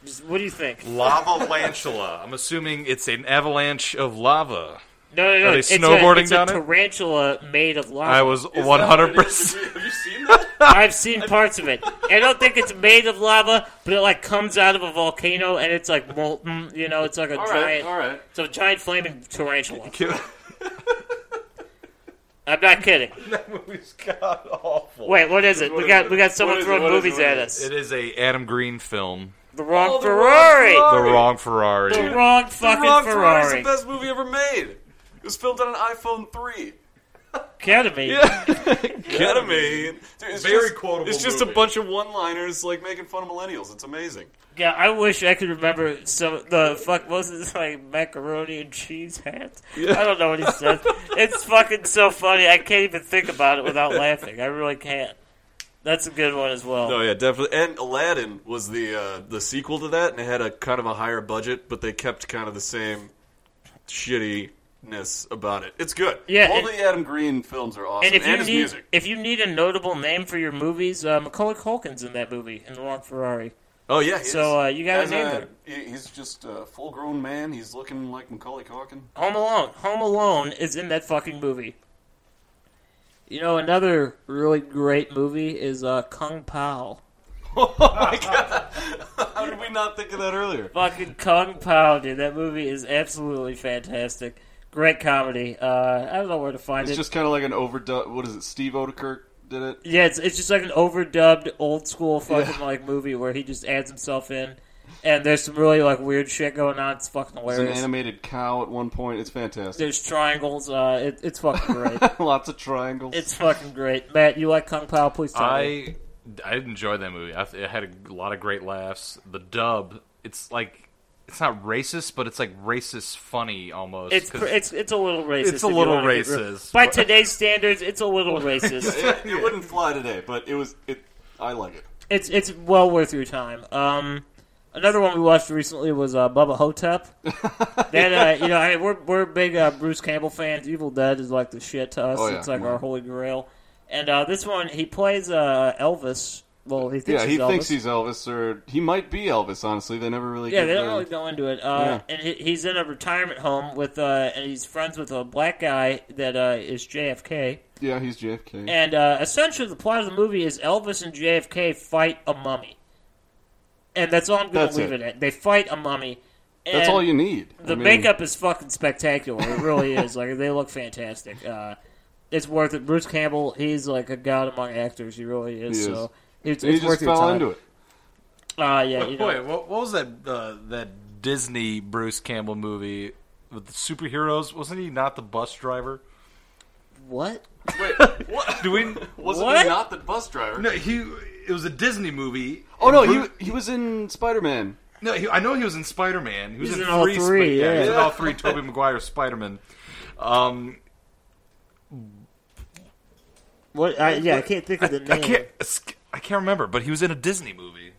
[SPEAKER 2] Just- What do you think?
[SPEAKER 4] Mm.
[SPEAKER 2] No,
[SPEAKER 4] Lava lantula. I'm assuming it's an avalanche of lava.
[SPEAKER 2] no, no.
[SPEAKER 4] Are they
[SPEAKER 2] it's a-
[SPEAKER 4] snowboarding
[SPEAKER 2] it's a,
[SPEAKER 4] down it?
[SPEAKER 2] tarantula made of lava.
[SPEAKER 4] I was 100. percent
[SPEAKER 3] Have you seen that?
[SPEAKER 2] I've seen parts of it. I don't think it's made of lava, but it like comes out of a volcano and it's like molten. You know, it's like a
[SPEAKER 3] all
[SPEAKER 2] giant.
[SPEAKER 3] right, all right.
[SPEAKER 2] It's a giant flaming tarantula.
[SPEAKER 4] That
[SPEAKER 2] I'm not kidding.
[SPEAKER 4] movie's god awful.
[SPEAKER 2] Wait, what is it?
[SPEAKER 3] What
[SPEAKER 2] we
[SPEAKER 3] is
[SPEAKER 2] got
[SPEAKER 3] it?
[SPEAKER 2] we got someone
[SPEAKER 3] What is it?
[SPEAKER 2] throwing
[SPEAKER 3] What is it?
[SPEAKER 2] movies
[SPEAKER 3] What is
[SPEAKER 2] at
[SPEAKER 3] it?
[SPEAKER 2] us.
[SPEAKER 4] It is a Adam Green film.
[SPEAKER 2] the wrong
[SPEAKER 3] Oh, the
[SPEAKER 2] Ferrari.
[SPEAKER 3] wrong Ferrari.
[SPEAKER 4] The wrong Ferrari.
[SPEAKER 2] The wrong fucking
[SPEAKER 3] Wrong Ferrari's
[SPEAKER 2] Ferrari.
[SPEAKER 3] the best movie ever made. It was filmed on an iPhone three.
[SPEAKER 2] Academy.
[SPEAKER 3] Ketamine. Dude, it's
[SPEAKER 4] Very
[SPEAKER 3] just,
[SPEAKER 4] quotable
[SPEAKER 3] It's just
[SPEAKER 4] movie.
[SPEAKER 3] a bunch of one-liners like making fun of millennials. It's amazing.
[SPEAKER 2] Yeah, I wish I could remember some the fuck what was this like macaroni and cheese hat? I don't know what he says. it's fucking so funny. I can't even think about it without laughing. I really can't. That's a good one as well.
[SPEAKER 3] Oh yeah, definitely. And Aladdin was the uh, the sequel to that, and it had a kind of a higher budget, but they kept kind of the same shittiness about it. It's good.
[SPEAKER 2] Yeah,
[SPEAKER 3] all
[SPEAKER 2] and-
[SPEAKER 3] the Adam Green films are awesome,
[SPEAKER 2] and
[SPEAKER 3] and,
[SPEAKER 2] if you
[SPEAKER 3] his
[SPEAKER 2] need
[SPEAKER 3] music.
[SPEAKER 2] if you need a notable name for your movies, uh, Macaulay Culkin's in that movie in The Wrong Ferrari.
[SPEAKER 3] Oh yeah. he
[SPEAKER 2] So,
[SPEAKER 3] is.
[SPEAKER 2] uh, you got a
[SPEAKER 3] As
[SPEAKER 2] name
[SPEAKER 3] a-
[SPEAKER 2] there.
[SPEAKER 3] he- He's just a full-grown man. He's looking like Macaulay Culkin.
[SPEAKER 2] Home Alone. Home Alone is in that fucking movie. You know, another really great movie is uh, Kung Pao.
[SPEAKER 3] How did we not think of that earlier?
[SPEAKER 2] Fucking Kung Pao, dude. That movie is absolutely fantastic. Great comedy. Uh, I don't know where to find
[SPEAKER 3] It's
[SPEAKER 2] it.
[SPEAKER 3] just kind of like an overdub. What is it? Steve Odekirk did it.
[SPEAKER 2] yeah, it's, it's just like an overdubbed, old school fucking like movie where he just adds himself in, and there's some really like weird shit going on. It's fucking
[SPEAKER 3] It's an
[SPEAKER 2] hilarious.
[SPEAKER 3] animated cow at one point. It's fantastic.
[SPEAKER 2] there's triangles. Uh, it, it's fucking great.
[SPEAKER 3] Lots of triangles.
[SPEAKER 2] it's fucking great. Matt, you like Kung Pao? Please tell me.
[SPEAKER 4] I I enjoyed that movie. I, it had a lot of great laughs. The dub, it's like it's not racist, but it's like racist funny almost.
[SPEAKER 2] It's
[SPEAKER 4] 'cause-
[SPEAKER 2] pr- it's it's a little racist.
[SPEAKER 4] It's a
[SPEAKER 2] if you
[SPEAKER 4] little
[SPEAKER 2] wanna get real-
[SPEAKER 4] racist,
[SPEAKER 2] by
[SPEAKER 4] but-
[SPEAKER 2] today's standards. It's a little racist.
[SPEAKER 3] it wouldn't fly today, but it was. It. I like it.
[SPEAKER 2] It's it's well worth your time. Um, another one we watched recently was uh, Bubba Hotep. that uh, you know, hey, we're we're big uh, Bruce Campbell fans. Evil Dead is like the shit to us.
[SPEAKER 3] Oh, yeah.
[SPEAKER 2] It's like our holy grail. And uh, this one, he plays uh, Elvis. Well, he thinks
[SPEAKER 3] yeah,
[SPEAKER 2] he's
[SPEAKER 3] he
[SPEAKER 2] Elvis.
[SPEAKER 3] thinks he's Elvis, or he might be Elvis. Honestly, they never really.
[SPEAKER 2] Yeah,
[SPEAKER 3] get
[SPEAKER 2] they don't
[SPEAKER 3] the-
[SPEAKER 2] really go into it. Uh, And he, he's in a retirement home with, uh, and he's friends with a black guy that uh, is JFK.
[SPEAKER 3] Yeah, he's JFK.
[SPEAKER 2] And uh, essentially, the plot of the movie is Elvis and JFK fight a mummy, and that's all I'm going to
[SPEAKER 3] That's
[SPEAKER 2] leave it.
[SPEAKER 3] it.
[SPEAKER 2] at. They fight a mummy. And
[SPEAKER 3] That's all you need. I
[SPEAKER 2] The
[SPEAKER 3] mean,
[SPEAKER 2] makeup is fucking spectacular. It really is. Like they look fantastic. Uh, it's worth it. Bruce Campbell, he's like a god among actors. He really is.
[SPEAKER 3] He is.
[SPEAKER 2] So it's,
[SPEAKER 3] He
[SPEAKER 2] it's
[SPEAKER 3] just
[SPEAKER 2] worth your
[SPEAKER 3] fell
[SPEAKER 2] time.
[SPEAKER 3] into it.
[SPEAKER 2] Uh, yeah. you
[SPEAKER 4] Wait,
[SPEAKER 2] know.
[SPEAKER 4] wait, what, what was that? Uh, that Disney Bruce Campbell movie with the superheroes? Wasn't he not the bus driver?
[SPEAKER 2] What?
[SPEAKER 3] Wait,
[SPEAKER 4] Do we?
[SPEAKER 3] wasn't
[SPEAKER 2] What?
[SPEAKER 3] he not the bus driver?
[SPEAKER 4] no, he. It was a Disney movie.
[SPEAKER 3] Oh no, he
[SPEAKER 4] Bruce-
[SPEAKER 3] he was in Spider Man.
[SPEAKER 4] No, he, I know he was in Spider Man. He was
[SPEAKER 2] He's
[SPEAKER 4] in,
[SPEAKER 2] in all
[SPEAKER 4] three. Sp-
[SPEAKER 2] three,
[SPEAKER 4] yeah, he was in
[SPEAKER 2] yeah.
[SPEAKER 4] all three. Tobey Maguire Spider Man. Um,
[SPEAKER 2] What? I, yeah, I can't think of the name.
[SPEAKER 4] I can't. Sk- I can't remember, but he was in a Disney movie.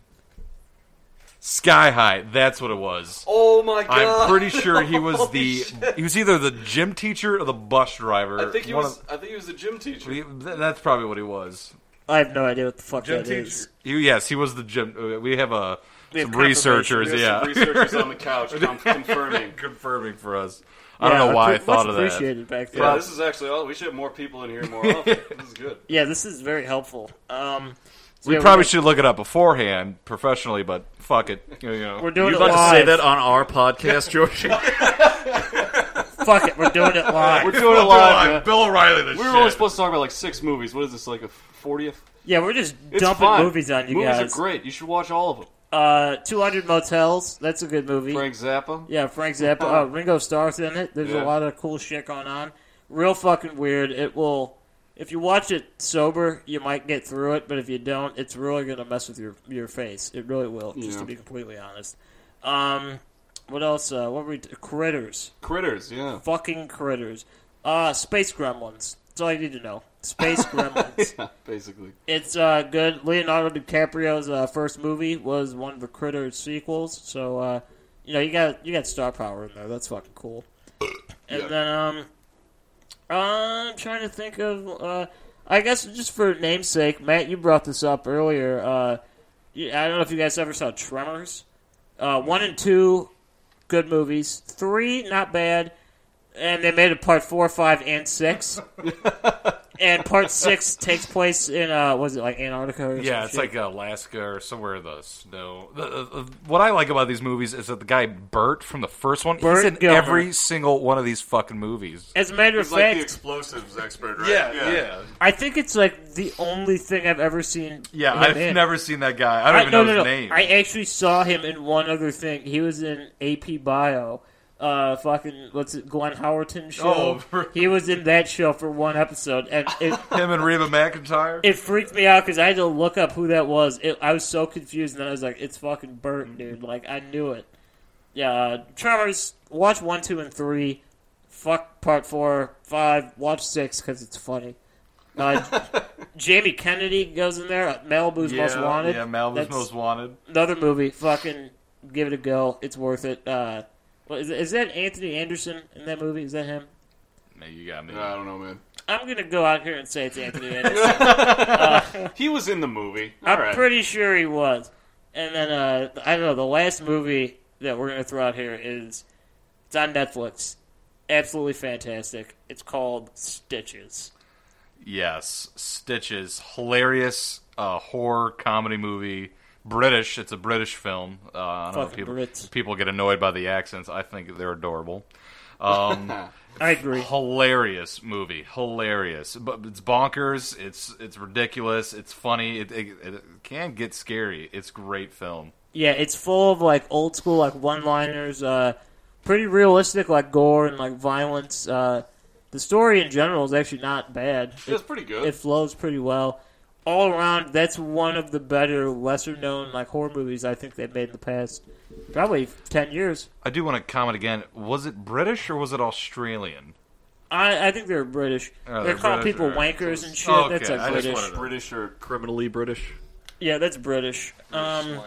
[SPEAKER 4] Sky High. That's what it was.
[SPEAKER 3] Oh my god!
[SPEAKER 4] I'm pretty sure he was
[SPEAKER 3] Holy
[SPEAKER 4] the.
[SPEAKER 3] shit.
[SPEAKER 4] He was either the gym teacher or the bus driver.
[SPEAKER 3] I think he
[SPEAKER 4] One
[SPEAKER 3] was.
[SPEAKER 4] of-
[SPEAKER 3] I think he was the gym teacher.
[SPEAKER 4] Th- That's probably what he was.
[SPEAKER 2] I have no idea what the fuck that is.
[SPEAKER 4] He, yes, he was the gym. uh, We have a
[SPEAKER 2] We have
[SPEAKER 4] some
[SPEAKER 2] confirmation.
[SPEAKER 4] researchers,
[SPEAKER 3] There's
[SPEAKER 4] yeah,
[SPEAKER 3] some researchers on the couch com- confirming.
[SPEAKER 4] confirming for us. I don't know why I thought of that.
[SPEAKER 2] Appreciated back then.
[SPEAKER 3] Yeah,
[SPEAKER 2] Yeah,
[SPEAKER 3] this is actually. all. We should have more people in here more often. This is good.
[SPEAKER 2] this is very helpful. Um, so
[SPEAKER 4] We
[SPEAKER 2] yeah,
[SPEAKER 4] probably
[SPEAKER 2] we're-
[SPEAKER 4] should look it up beforehand professionally, but fuck it. You know.
[SPEAKER 2] We're doing
[SPEAKER 6] You'd
[SPEAKER 2] it
[SPEAKER 6] like
[SPEAKER 2] live.
[SPEAKER 6] to say that on our podcast, George?
[SPEAKER 2] Fuck it, we're doing it live.
[SPEAKER 3] We're doing a lot. man.
[SPEAKER 4] Bill O'Reilly. This
[SPEAKER 3] We were only supposed to talk about like six movies. What is this like a fortieth?
[SPEAKER 2] yeah, we're just
[SPEAKER 3] It's
[SPEAKER 2] dumping
[SPEAKER 3] fine.
[SPEAKER 2] movies on you
[SPEAKER 3] movies
[SPEAKER 2] guys.
[SPEAKER 3] are great. You should watch all of them.
[SPEAKER 2] Uh, Two Hundred Motels. That's a good movie.
[SPEAKER 3] Frank Zappa.
[SPEAKER 2] Yeah, Frank Zappa. Uh, Ringo Starr's in it. There's
[SPEAKER 3] Yeah.
[SPEAKER 2] a lot of cool shit going on. Real fucking weird. It will. If you watch it sober, you might get through it, but if you don't, it's really going to mess with your your face. It really will. Just to
[SPEAKER 3] Yeah.
[SPEAKER 2] be completely honest. Um, what else? Uh, what were we? T- critters.
[SPEAKER 3] Critters. Yeah.
[SPEAKER 2] Fucking critters. Uh, space gremlins. That's all you need to know. Space gremlins.
[SPEAKER 3] yeah. Basically.
[SPEAKER 2] It's uh, good. Leonardo DiCaprio's uh, first movie was one of the Critters sequels, so uh, you know you got you got star power in there. That's fucking cool. And
[SPEAKER 3] Yeah.
[SPEAKER 2] then um, I'm trying to think of uh, I guess just for namesake, Matt, you brought this up earlier. Uh, you, I don't know if you guys ever saw Tremors. Uh, one and two, good movies. Three, not bad. And they made a part four, five, and six. and part six takes place in uh, was it like Antarctica? Or
[SPEAKER 4] Yeah,
[SPEAKER 2] some
[SPEAKER 4] it's
[SPEAKER 2] shit?
[SPEAKER 4] like Alaska or somewhere in the snow. The, uh, uh, what I like about these movies is that the guy Bert from the first one
[SPEAKER 2] Bert
[SPEAKER 4] he's in
[SPEAKER 2] Gilbert.
[SPEAKER 4] every single one of these fucking movies.
[SPEAKER 2] As a matter of
[SPEAKER 5] He's like
[SPEAKER 2] fact,
[SPEAKER 5] the explosives expert, right?
[SPEAKER 2] I think it's like the only thing I've ever seen.
[SPEAKER 4] Yeah,
[SPEAKER 2] him
[SPEAKER 4] I've
[SPEAKER 2] in.
[SPEAKER 4] never seen that guy. I don't even
[SPEAKER 2] no,
[SPEAKER 4] know
[SPEAKER 2] no, no.
[SPEAKER 4] his name.
[SPEAKER 2] I actually saw him in one other thing. He was in AP Bio. Uh, fucking what's it? Glenn Howerton show.
[SPEAKER 4] Oh,
[SPEAKER 2] he was in that show for one episode, and it
[SPEAKER 4] Him and Reba McIntyre.
[SPEAKER 2] it freaked me out because I had to look up who that was. It, I was so confused, and then I was like, "It's fucking
[SPEAKER 4] Mm-hmm.
[SPEAKER 2] Bert, dude!" Like I knew it. Yeah, uh, Trevor's watch one, two, and three. Fuck part four, five. Watch six because it's funny. Uh, Jamie Kennedy goes in there. uh, Malibu's
[SPEAKER 4] yeah,
[SPEAKER 2] Most Wanted.
[SPEAKER 4] Yeah, Malibu's
[SPEAKER 2] That's
[SPEAKER 4] Most Wanted.
[SPEAKER 2] Another movie. Fucking give it a go. It's worth it. Uh, what is, is that Anthony Anderson in that movie? Is that him?
[SPEAKER 4] No, you got me.
[SPEAKER 3] I don't know, man.
[SPEAKER 2] I'm gonna go out here and say it's Anthony Anderson.
[SPEAKER 3] He was in the movie. All
[SPEAKER 2] I'm
[SPEAKER 3] right.
[SPEAKER 2] pretty sure he was. And then uh, I don't know. The last movie that we're gonna throw out here is it's on Netflix. Absolutely fantastic. It's called Stitches.
[SPEAKER 4] Yes, Stitches, hilarious uh, horror comedy movie. British, it's a British film. Uh, I don't know,
[SPEAKER 2] Fucking
[SPEAKER 4] people,
[SPEAKER 2] Brits.
[SPEAKER 4] people get annoyed by the accents. I think they're adorable. Um,
[SPEAKER 2] I agree.
[SPEAKER 4] hilarious movie, hilarious. But it's bonkers. It's it's ridiculous. It's funny. It, it, it can get scary. It's great film.
[SPEAKER 2] Yeah, it's full of like old school like one liners, uh, pretty realistic like gore and like violence. Uh, the story in general is actually not bad.
[SPEAKER 3] It was pretty good.
[SPEAKER 2] It flows pretty well. all around, that's one of the better, lesser known like horror movies I think they've made in the past probably ten years.
[SPEAKER 4] I do want to comment again. Was it British or was it Australian?
[SPEAKER 2] I, I think they're British.
[SPEAKER 4] Oh,
[SPEAKER 2] they're
[SPEAKER 4] they're
[SPEAKER 2] calling
[SPEAKER 4] British,
[SPEAKER 2] people
[SPEAKER 4] alright.
[SPEAKER 2] wankers and shit.
[SPEAKER 4] Oh,
[SPEAKER 2] that's
[SPEAKER 4] okay,
[SPEAKER 2] like
[SPEAKER 4] I just
[SPEAKER 2] British.
[SPEAKER 4] wanted to-
[SPEAKER 3] British or criminally British?
[SPEAKER 2] Yeah, that's British. Um,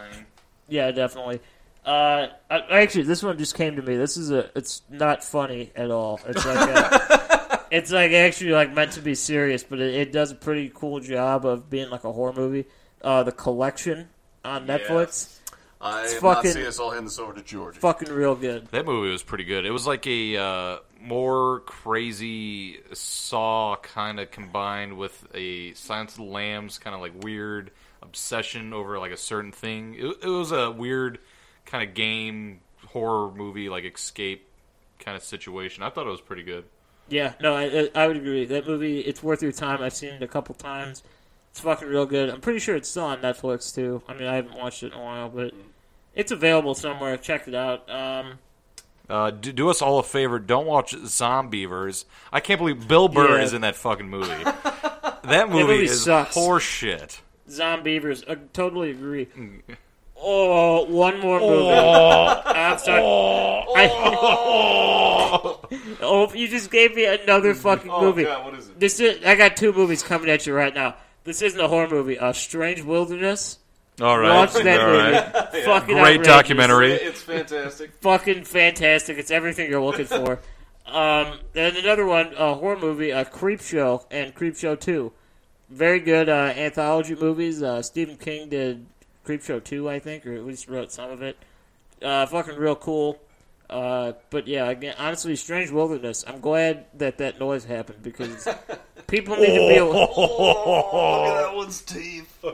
[SPEAKER 2] yeah, definitely. Uh, I, actually, this one just came to me. This is a. It's not funny at all. It's like a, it's like actually like meant to be serious, but it, it does a pretty cool job of being like a horror movie. Uh, the collection on Netflix,
[SPEAKER 6] I have
[SPEAKER 2] fucking-
[SPEAKER 6] not seen this. I'll hand this over to George.
[SPEAKER 2] fucking real good.
[SPEAKER 4] That movie was pretty good. It was like a uh, more crazy Saw kind of combined with a Silence of the Lambs kind of like weird obsession over like a certain thing. It, it was a weird kind of game horror movie like escape kind of situation. I thought it was pretty good.
[SPEAKER 2] Yeah, no, I, I- I would agree. That movie, it's worth your time. I've seen it a couple times. It's fucking real good. I'm pretty sure it's still on Netflix too. I mean, I haven't watched it in a while, but it's available somewhere. Check it out. Um,
[SPEAKER 4] Uh, do, do us all a favor. Don't watch Zombievers. I can't believe Bill Burr
[SPEAKER 2] Yeah.
[SPEAKER 4] is in that fucking movie. that movie,
[SPEAKER 2] movie
[SPEAKER 4] is
[SPEAKER 2] sucks.
[SPEAKER 4] horseshit.
[SPEAKER 2] Zombievers, I totally agree. Oh, one more movie.
[SPEAKER 3] Oh.
[SPEAKER 2] I'm sorry. I- oh, you just gave me another fucking movie.
[SPEAKER 3] Oh, God, what is it?
[SPEAKER 2] This is. I got two movies coming at you right now. This isn't a horror movie. A Strange Wilderness.
[SPEAKER 4] All right,
[SPEAKER 2] Watch that
[SPEAKER 4] all
[SPEAKER 2] movie.
[SPEAKER 4] right.
[SPEAKER 2] Fucking
[SPEAKER 4] Great
[SPEAKER 2] outrageous.
[SPEAKER 4] documentary.
[SPEAKER 3] It's fantastic.
[SPEAKER 2] Fucking fantastic. It's everything you're looking for. um, then another one, a horror movie, a Creep Show and Creep Show Two. Very good uh, anthology movies. Uh, Stephen King did Creep Show Two, I think, or at least wrote some of it. Uh, fucking real cool. Uh, but yeah, again, honestly, Strange Wilderness. I'm glad that that noise happened because people need to be. Aware,
[SPEAKER 5] Look at that one's teeth.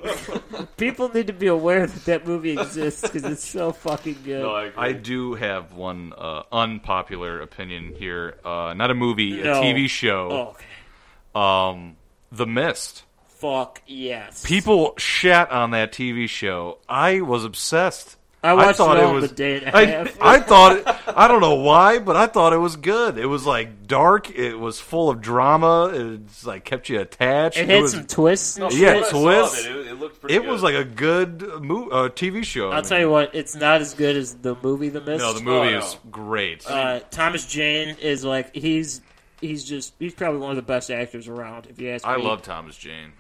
[SPEAKER 2] people need to be aware that that movie exists because it's so fucking good.
[SPEAKER 3] No, I agree.
[SPEAKER 4] I do have one uh, unpopular opinion here. Uh, not a movie,
[SPEAKER 2] No.
[SPEAKER 4] a TV
[SPEAKER 2] oh,
[SPEAKER 4] show.
[SPEAKER 2] okay.
[SPEAKER 4] Um, the Mist.
[SPEAKER 2] fuck yes.
[SPEAKER 4] People shat on that TV show. I was obsessed.
[SPEAKER 2] I watched
[SPEAKER 4] thought
[SPEAKER 2] it
[SPEAKER 4] it
[SPEAKER 2] all in
[SPEAKER 4] was
[SPEAKER 2] a day and a
[SPEAKER 4] I,
[SPEAKER 2] half.
[SPEAKER 4] I thought it, I don't know why, but I thought it was good. It was like dark. It was full of drama. It's like kept you attached.
[SPEAKER 2] It had
[SPEAKER 4] was,
[SPEAKER 2] some twists. and
[SPEAKER 4] yeah,
[SPEAKER 2] shit.
[SPEAKER 4] twists.
[SPEAKER 3] it, it looked pretty
[SPEAKER 4] It
[SPEAKER 3] good.
[SPEAKER 4] was like a good mo- uh, TV show.
[SPEAKER 2] I'll tell you what, it's not as good as the movie The Mist.
[SPEAKER 4] no, the movie
[SPEAKER 3] Oh,
[SPEAKER 4] is
[SPEAKER 3] no.
[SPEAKER 4] great.
[SPEAKER 2] Uh, Thomas Jane is like he's he's just he's probably one of the best actors around. If you ask
[SPEAKER 4] I
[SPEAKER 2] me,
[SPEAKER 4] love Thomas Jane.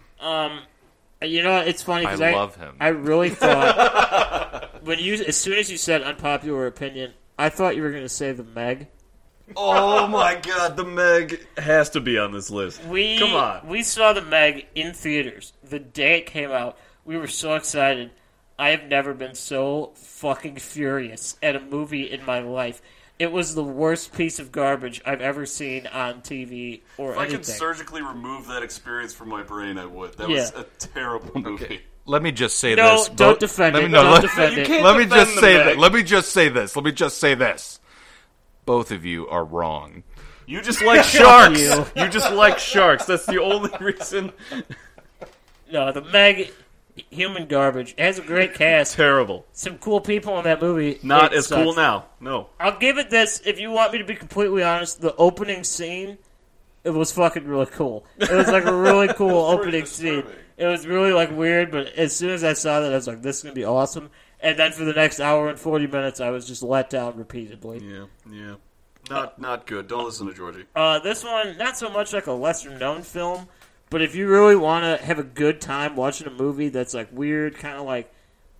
[SPEAKER 2] You know, it's funny because
[SPEAKER 4] I
[SPEAKER 2] I
[SPEAKER 4] love him.
[SPEAKER 2] I really thought when you as soon as you said unpopular opinion, I thought you were going to say the Meg.
[SPEAKER 3] oh my god, the Meg has to be on this list.
[SPEAKER 2] We
[SPEAKER 3] Come on.
[SPEAKER 2] we saw the Meg in theaters the day it came out. We were so excited. I have never been so fucking furious at a movie in my life. It was the worst piece of garbage I've ever seen on TV or
[SPEAKER 6] If I
[SPEAKER 2] anything.
[SPEAKER 6] could surgically remove that experience from my brain, I would. That was
[SPEAKER 2] Yeah.
[SPEAKER 6] a terrible movie.
[SPEAKER 4] Let me just say
[SPEAKER 2] No,
[SPEAKER 4] this.
[SPEAKER 2] don't
[SPEAKER 4] but-
[SPEAKER 2] defend
[SPEAKER 4] let
[SPEAKER 2] it.
[SPEAKER 4] Me, no,
[SPEAKER 2] Don't
[SPEAKER 4] let,
[SPEAKER 2] defend You it. can't
[SPEAKER 4] Let me
[SPEAKER 6] defend
[SPEAKER 4] just
[SPEAKER 6] the
[SPEAKER 4] say
[SPEAKER 6] Meg.
[SPEAKER 4] that. Let me just say this. Let me just say this. Both of you are wrong.
[SPEAKER 3] You just like sharks.
[SPEAKER 2] you.
[SPEAKER 3] You. just like sharks. That's the only reason.
[SPEAKER 2] no, the Meg, human garbage. It has a great cast.
[SPEAKER 3] Terrible.
[SPEAKER 2] Some cool people in that movie.
[SPEAKER 3] Not
[SPEAKER 2] It
[SPEAKER 3] as cool
[SPEAKER 2] sucks.
[SPEAKER 3] now. No.
[SPEAKER 2] I'll give it this. If you want me to be completely honest, the opening scene, it was fucking really cool. It was like a really cool opening scene. It was really like weird, but as soon as I saw that, I was like, "This is gonna be awesome." And then for the next hour and forty minutes, I was just let down repeatedly.
[SPEAKER 6] Yeah, yeah. Not not good. Don't listen to Georgie.
[SPEAKER 2] Uh, this one, not so much like a lesser known film, but if you really want to have a good time watching a movie that's like weird, kind of like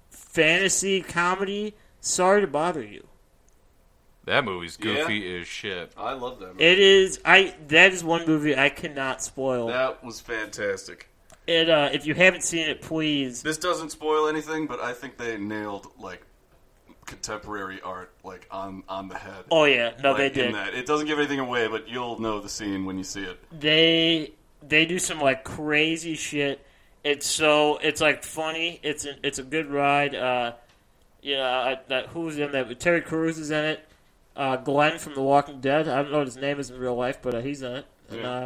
[SPEAKER 2] fantasy comedy, sorry to bother you.
[SPEAKER 4] That movie's goofy as shit.
[SPEAKER 6] I love that movie.
[SPEAKER 2] It is I that is one movie I cannot spoil.
[SPEAKER 6] That was fantastic.
[SPEAKER 2] It uh, if you haven't seen it, please.
[SPEAKER 6] This doesn't spoil anything, but I think they nailed like contemporary art like on on the head.
[SPEAKER 2] Oh yeah, no,
[SPEAKER 6] Like,
[SPEAKER 2] they
[SPEAKER 6] in
[SPEAKER 2] did.
[SPEAKER 6] that. It doesn't give anything away, but you'll know the scene when you see it.
[SPEAKER 2] They they do some like crazy shit. It's so it's like funny. It's an, it's a good ride. Uh, you know I, that who's in that? Terry Crews is in it. Uh, Glenn from The Walking Dead. I don't know what his name is in real life, but uh, he's in it. And, uh,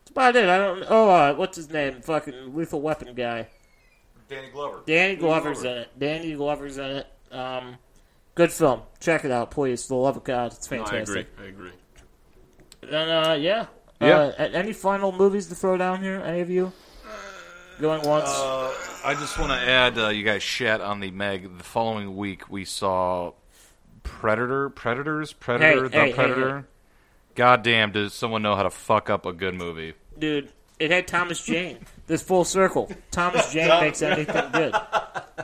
[SPEAKER 2] that's about it. I don't. Oh, uh, what's his name? Fucking Lethal Weapon guy.
[SPEAKER 4] Danny Glover.
[SPEAKER 2] Danny Glover's in it. Danny Glover's in it. Um, good film. Check it out, please. For The love of God, it's
[SPEAKER 6] I
[SPEAKER 2] fantastic.
[SPEAKER 6] agree. I agree.
[SPEAKER 2] Then, uh, yeah.
[SPEAKER 4] Yeah.
[SPEAKER 2] Uh, a- any final movies to throw down here? Any of you? Going once.
[SPEAKER 4] I just want to add, uh, you guys shat on the Meg. The following week, we saw Predator, Predators, Predator,
[SPEAKER 2] Hey,
[SPEAKER 4] the
[SPEAKER 2] hey, hey,
[SPEAKER 4] Predator. Goddamn, does someone know how to fuck up a good movie?
[SPEAKER 2] dude. It had Thomas Jane. This full circle. Thomas Jane makes anything good.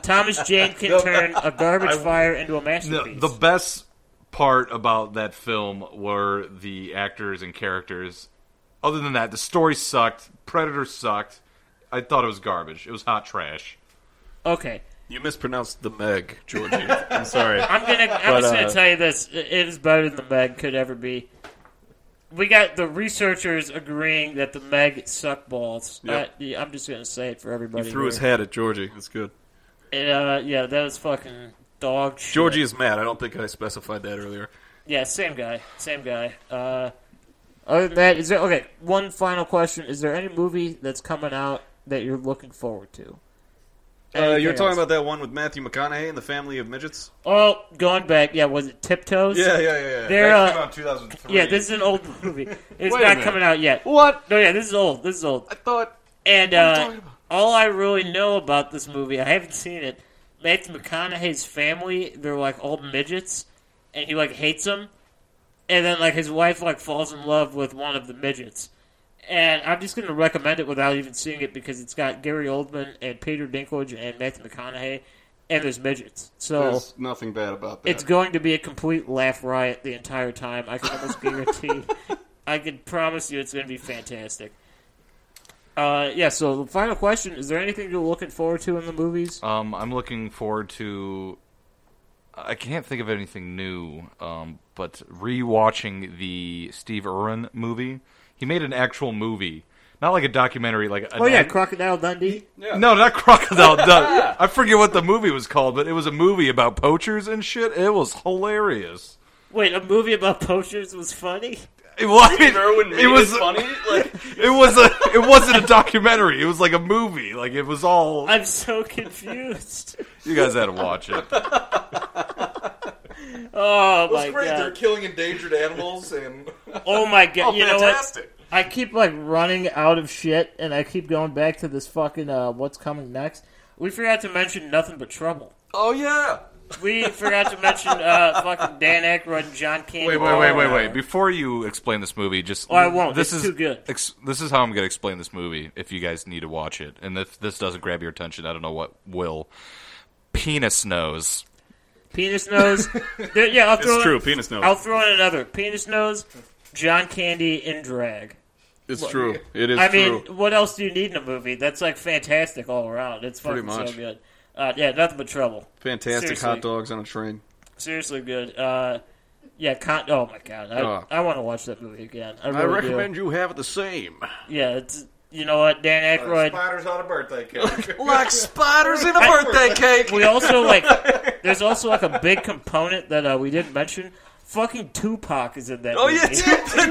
[SPEAKER 2] Thomas Jane can turn a garbage fire into a masterpiece.
[SPEAKER 4] the best part about that film were the actors and characters. Other than that, the story sucked. Predator sucked. I thought it was garbage. It was hot trash.
[SPEAKER 2] okay,
[SPEAKER 3] You mispronounced the Meg, Georgie. I'm sorry.
[SPEAKER 2] I'm gonna. I'm
[SPEAKER 3] But,
[SPEAKER 2] just gonna
[SPEAKER 3] uh,
[SPEAKER 2] tell you this. It it is better than the Meg could ever be. We got the researchers agreeing that the Meg sucked balls.
[SPEAKER 3] Yep.
[SPEAKER 2] Uh, yeah, I'm just gonna say it for everybody.
[SPEAKER 3] He threw
[SPEAKER 2] here.
[SPEAKER 3] his hat at Georgie. It's good.
[SPEAKER 2] And, uh, yeah, that was fucking dog shit.
[SPEAKER 3] Georgie is mad. I don't think I specified that earlier.
[SPEAKER 2] Yeah, same guy. Same guy. Uh, other than that, is there okay? One final question: Is there any movie that's coming out that you're looking forward to?
[SPEAKER 3] Uh,
[SPEAKER 2] Anything
[SPEAKER 3] you were talking
[SPEAKER 2] else?
[SPEAKER 3] about that one with Matthew McConaughey and the family of midgets?
[SPEAKER 2] Oh, going back. Yeah, was it Tiptoes?
[SPEAKER 3] Yeah, yeah, yeah. yeah.
[SPEAKER 2] They're,
[SPEAKER 5] That came
[SPEAKER 2] uh,
[SPEAKER 5] out in 2003.
[SPEAKER 2] yeah, this is an old movie. It's
[SPEAKER 3] Wait a
[SPEAKER 2] not
[SPEAKER 3] minute.
[SPEAKER 2] coming out yet.
[SPEAKER 3] what?
[SPEAKER 2] No, yeah, this is old. This is old.
[SPEAKER 3] I thought.
[SPEAKER 2] And
[SPEAKER 3] you
[SPEAKER 2] uh,
[SPEAKER 3] talking about?
[SPEAKER 2] all I really know about this movie, I haven't seen it. Matthew McConaughey's family, they're like old midgets, and he like hates them. And then like his wife like falls in love with one of the midgets. And I'm just going to recommend it without even seeing it because it's got Gary Oldman and Peter Dinklage and Matthew McConaughey, and there's midgets. So
[SPEAKER 6] There's nothing bad about that.
[SPEAKER 2] it's going to be a complete laugh riot the entire time. I can almost guarantee. I can promise you, it's going to be fantastic. Uh, yeah. So the final question: Is there anything you're looking forward to in the movies?
[SPEAKER 6] Uh,
[SPEAKER 4] Um, I'm looking forward to. I can't think of anything new, um, but rewatching the Steve Irwin movie. He made an actual movie, not like a documentary, like an
[SPEAKER 2] oh yeah,
[SPEAKER 4] act-
[SPEAKER 2] Crocodile Dundee.
[SPEAKER 4] no, not Crocodile Dundee. I forget what the movie was called, but it was a movie about poachers and shit. It was hilarious.
[SPEAKER 2] Wait, a movie about poachers was funny.
[SPEAKER 4] It was.
[SPEAKER 6] Irwin made
[SPEAKER 4] it was
[SPEAKER 6] funny. Like
[SPEAKER 4] It was a. It wasn't a documentary. It was like a movie. Like it was all.
[SPEAKER 2] I'm so confused.
[SPEAKER 4] You guys had to watch it.
[SPEAKER 2] Oh my
[SPEAKER 6] it's great. They're
[SPEAKER 2] god.
[SPEAKER 6] killing endangered animals and
[SPEAKER 2] Oh my god. you know what?
[SPEAKER 6] fantastic.
[SPEAKER 2] I keep like running out of shit, and I keep going back to this fucking uh, what's coming next. We forgot to mention nothing but trouble.
[SPEAKER 6] Oh yeah.
[SPEAKER 2] We forgot to mention uh, fucking Dan Aykroyd and John Candy.
[SPEAKER 4] Wait, wait, wait, wait, wait! Before you explain this movie, just
[SPEAKER 2] Oh, I won't.
[SPEAKER 4] This
[SPEAKER 2] It's
[SPEAKER 4] is
[SPEAKER 2] too good.
[SPEAKER 4] Ex- this is how I'm going to explain this movie. If you guys need to watch it, and if this doesn't grab your attention, I don't know what will. Penis nose.
[SPEAKER 2] Penis nose. There- yeah, I'll throw
[SPEAKER 3] It's
[SPEAKER 2] in-
[SPEAKER 3] true. Penis nose.
[SPEAKER 2] I'll throw in another. Penis nose, John Candy in drag.
[SPEAKER 3] It's true. It is
[SPEAKER 2] I mean,
[SPEAKER 3] true.
[SPEAKER 2] what else do you need in a movie? That's like fantastic all around. It's fucking
[SPEAKER 3] Pretty much.
[SPEAKER 2] so good. Uh, yeah, nothing but trouble.
[SPEAKER 3] Fantastic
[SPEAKER 2] seriously.
[SPEAKER 3] hot dogs on a train.
[SPEAKER 2] Seriously good. Uh, yeah, con- oh my god, I,
[SPEAKER 3] Oh.
[SPEAKER 2] I want to watch that movie again. I, really
[SPEAKER 3] I
[SPEAKER 6] Oh,
[SPEAKER 3] recommend you have the same.
[SPEAKER 2] Do. Yeah, it's you know what, Dan Aykroyd.
[SPEAKER 5] Spiders on a birthday cake.
[SPEAKER 6] Like spiders in a birthday cake.
[SPEAKER 2] we also like there's also like a big component that uh, we didn't mention. Fucking Tupac is in that.
[SPEAKER 6] Oh
[SPEAKER 2] movie.
[SPEAKER 6] yeah, dude,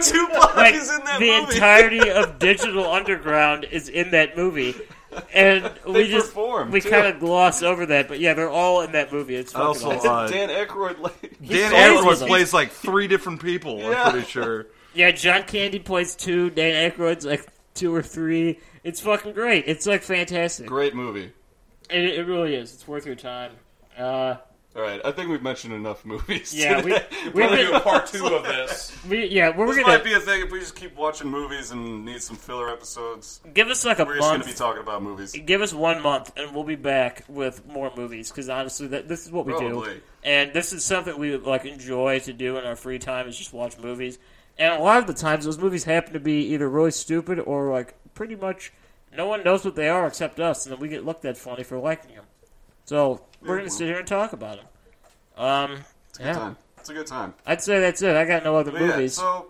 [SPEAKER 6] the Tupac
[SPEAKER 2] Like,
[SPEAKER 6] is in that
[SPEAKER 2] the
[SPEAKER 6] movie.
[SPEAKER 2] entirety of Digital Underground is in that movie, and we just
[SPEAKER 6] perform,
[SPEAKER 2] we
[SPEAKER 6] too.
[SPEAKER 2] kind of gloss over that. But yeah, they're all in that movie. It's fucking
[SPEAKER 4] also,
[SPEAKER 2] awesome.
[SPEAKER 4] uh,
[SPEAKER 6] Dan Aykroyd, like,
[SPEAKER 4] Dan
[SPEAKER 2] plays
[SPEAKER 4] Aykroyd
[SPEAKER 2] himself.
[SPEAKER 4] plays like three different people.
[SPEAKER 6] Yeah.
[SPEAKER 4] I'm pretty sure.
[SPEAKER 2] yeah, John Candy plays two. Dan Aykroyd's like two or three. It's fucking great. It's like fantastic.
[SPEAKER 6] great movie.
[SPEAKER 2] It, it really is. It's worth your time. Uh,
[SPEAKER 6] All right, I think we've mentioned enough movies.
[SPEAKER 2] yeah, we,
[SPEAKER 6] today.
[SPEAKER 2] we've
[SPEAKER 5] We're gonna do
[SPEAKER 2] been,
[SPEAKER 5] a part two of this.
[SPEAKER 2] we yeah we're
[SPEAKER 6] This
[SPEAKER 2] gonna
[SPEAKER 6] might be a thing if we just keep watching movies and need some filler episodes.
[SPEAKER 2] give us like a
[SPEAKER 6] We're just going
[SPEAKER 2] month.
[SPEAKER 6] to be talking about movies.
[SPEAKER 2] give us one month and we'll be back with more movies because honestly that, this is what we do
[SPEAKER 6] Probably.
[SPEAKER 2] and this is something we like enjoy to do in our free time is just watch movies and a lot of the times those movies happen to be either really stupid or like pretty much no one knows what they are except us and then we get looked at funny for liking them so we're gonna sit here and talk about them um yeah
[SPEAKER 6] Time. It's a good time.
[SPEAKER 2] i'd say that's it i got no other
[SPEAKER 6] But yeah,
[SPEAKER 2] movies
[SPEAKER 6] so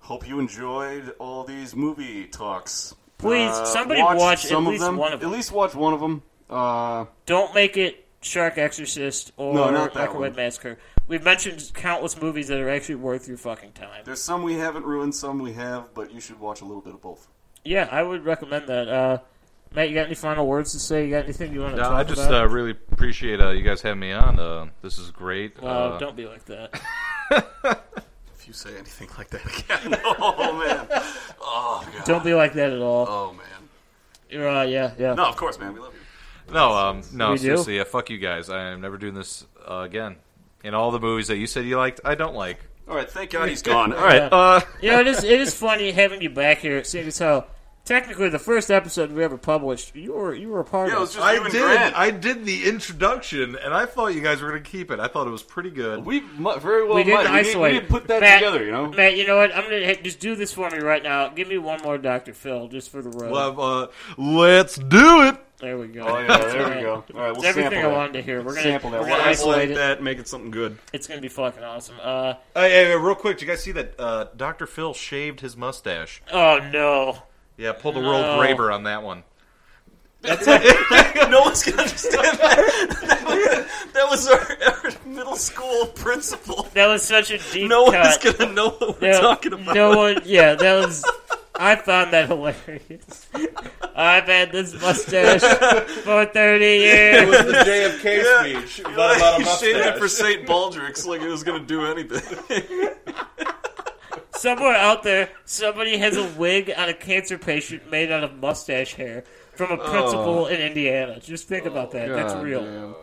[SPEAKER 6] hope you enjoyed all these movie talks.
[SPEAKER 2] Please,
[SPEAKER 6] Uh,
[SPEAKER 2] somebody
[SPEAKER 6] watch,
[SPEAKER 2] watch at
[SPEAKER 6] some
[SPEAKER 2] least
[SPEAKER 6] of them.
[SPEAKER 2] one of them.
[SPEAKER 6] At least watch one of them. Uh,
[SPEAKER 2] don't make it Shark Exorcist or
[SPEAKER 6] No, not that
[SPEAKER 2] Microwave
[SPEAKER 6] one.
[SPEAKER 2] Massacre. We've mentioned countless movies that are actually worth your fucking time.
[SPEAKER 6] there's some we haven't ruined, some we have, but you should watch a little bit of both.
[SPEAKER 2] Yeah, I would recommend that. Uh, Matt, you got any final words to say? You got anything you want to
[SPEAKER 4] Yeah,
[SPEAKER 2] talk
[SPEAKER 4] I just
[SPEAKER 2] about?
[SPEAKER 4] uh, really appreciate uh, you guys having me on. Uh, this is great.
[SPEAKER 2] Oh,
[SPEAKER 4] uh,
[SPEAKER 2] don't be like that.
[SPEAKER 6] If you say anything like that again, oh man,
[SPEAKER 2] Don't be like that at all.
[SPEAKER 6] oh man.
[SPEAKER 2] You're, uh, yeah, yeah.
[SPEAKER 6] Uh, No, of course, man. We love you.
[SPEAKER 4] No, um, no,
[SPEAKER 2] We do?
[SPEAKER 4] seriously, yeah, fuck you guys. I am never doing this uh, again. In all the movies that you said you liked, I don't like.
[SPEAKER 6] All right, thank God he's gone. All
[SPEAKER 4] Right,
[SPEAKER 6] right.
[SPEAKER 4] uh,
[SPEAKER 2] You know, it is it is funny having you back here, seeing as how technically the first episode we ever published, you were you were a part
[SPEAKER 6] Yeah,
[SPEAKER 2] of.
[SPEAKER 6] it was just you
[SPEAKER 4] I
[SPEAKER 6] and
[SPEAKER 4] did.
[SPEAKER 6] Grant.
[SPEAKER 4] I did the introduction, and I thought you guys were going to keep it. I thought it was pretty good.
[SPEAKER 6] we mu- very well
[SPEAKER 2] we didn't
[SPEAKER 6] might. We need-
[SPEAKER 2] isolate.
[SPEAKER 6] We didn't put that
[SPEAKER 2] Matt,
[SPEAKER 6] together, you know?
[SPEAKER 2] Matt, you know what? I'm gonna hey, just do this for me right now. Give me one more Dr. Phil, just for the road.
[SPEAKER 4] Well, uh, let's do it.
[SPEAKER 2] There we go.
[SPEAKER 6] Oh, yeah, there we go. All right, we'll
[SPEAKER 2] It's everything I
[SPEAKER 6] sample
[SPEAKER 2] wanted
[SPEAKER 6] that.
[SPEAKER 2] to hear. We're gonna,
[SPEAKER 6] Sample
[SPEAKER 2] we're
[SPEAKER 6] that.
[SPEAKER 2] gonna
[SPEAKER 6] We'll
[SPEAKER 2] isolate
[SPEAKER 3] Isolate
[SPEAKER 2] it.
[SPEAKER 3] that, make it something good.
[SPEAKER 2] It's gonna be fucking awesome. Uh,
[SPEAKER 4] Hey, hey, hey, real quick, did you guys see that uh, Dr. Phil shaved his mustache?
[SPEAKER 2] oh no.
[SPEAKER 4] Yeah, pulled a world
[SPEAKER 2] No.
[SPEAKER 4] graber on that one.
[SPEAKER 6] no one's gonna understand that. That was, that was our, our middle school principal.
[SPEAKER 2] That was such a deep
[SPEAKER 6] No
[SPEAKER 2] cut.
[SPEAKER 6] one's gonna know what we're
[SPEAKER 2] No-
[SPEAKER 6] talking about.
[SPEAKER 2] No one. Yeah, that was. I found that hilarious. I've had this mustache for thirty years.
[SPEAKER 4] was the JFK speech about,
[SPEAKER 6] he shaved it for St. Baldrick's like it was gonna do anything.
[SPEAKER 2] Somewhere out there, somebody has a wig on a cancer patient made out of mustache hair from a
[SPEAKER 6] Oh.
[SPEAKER 2] principal in Indiana. Just think about that. That's real.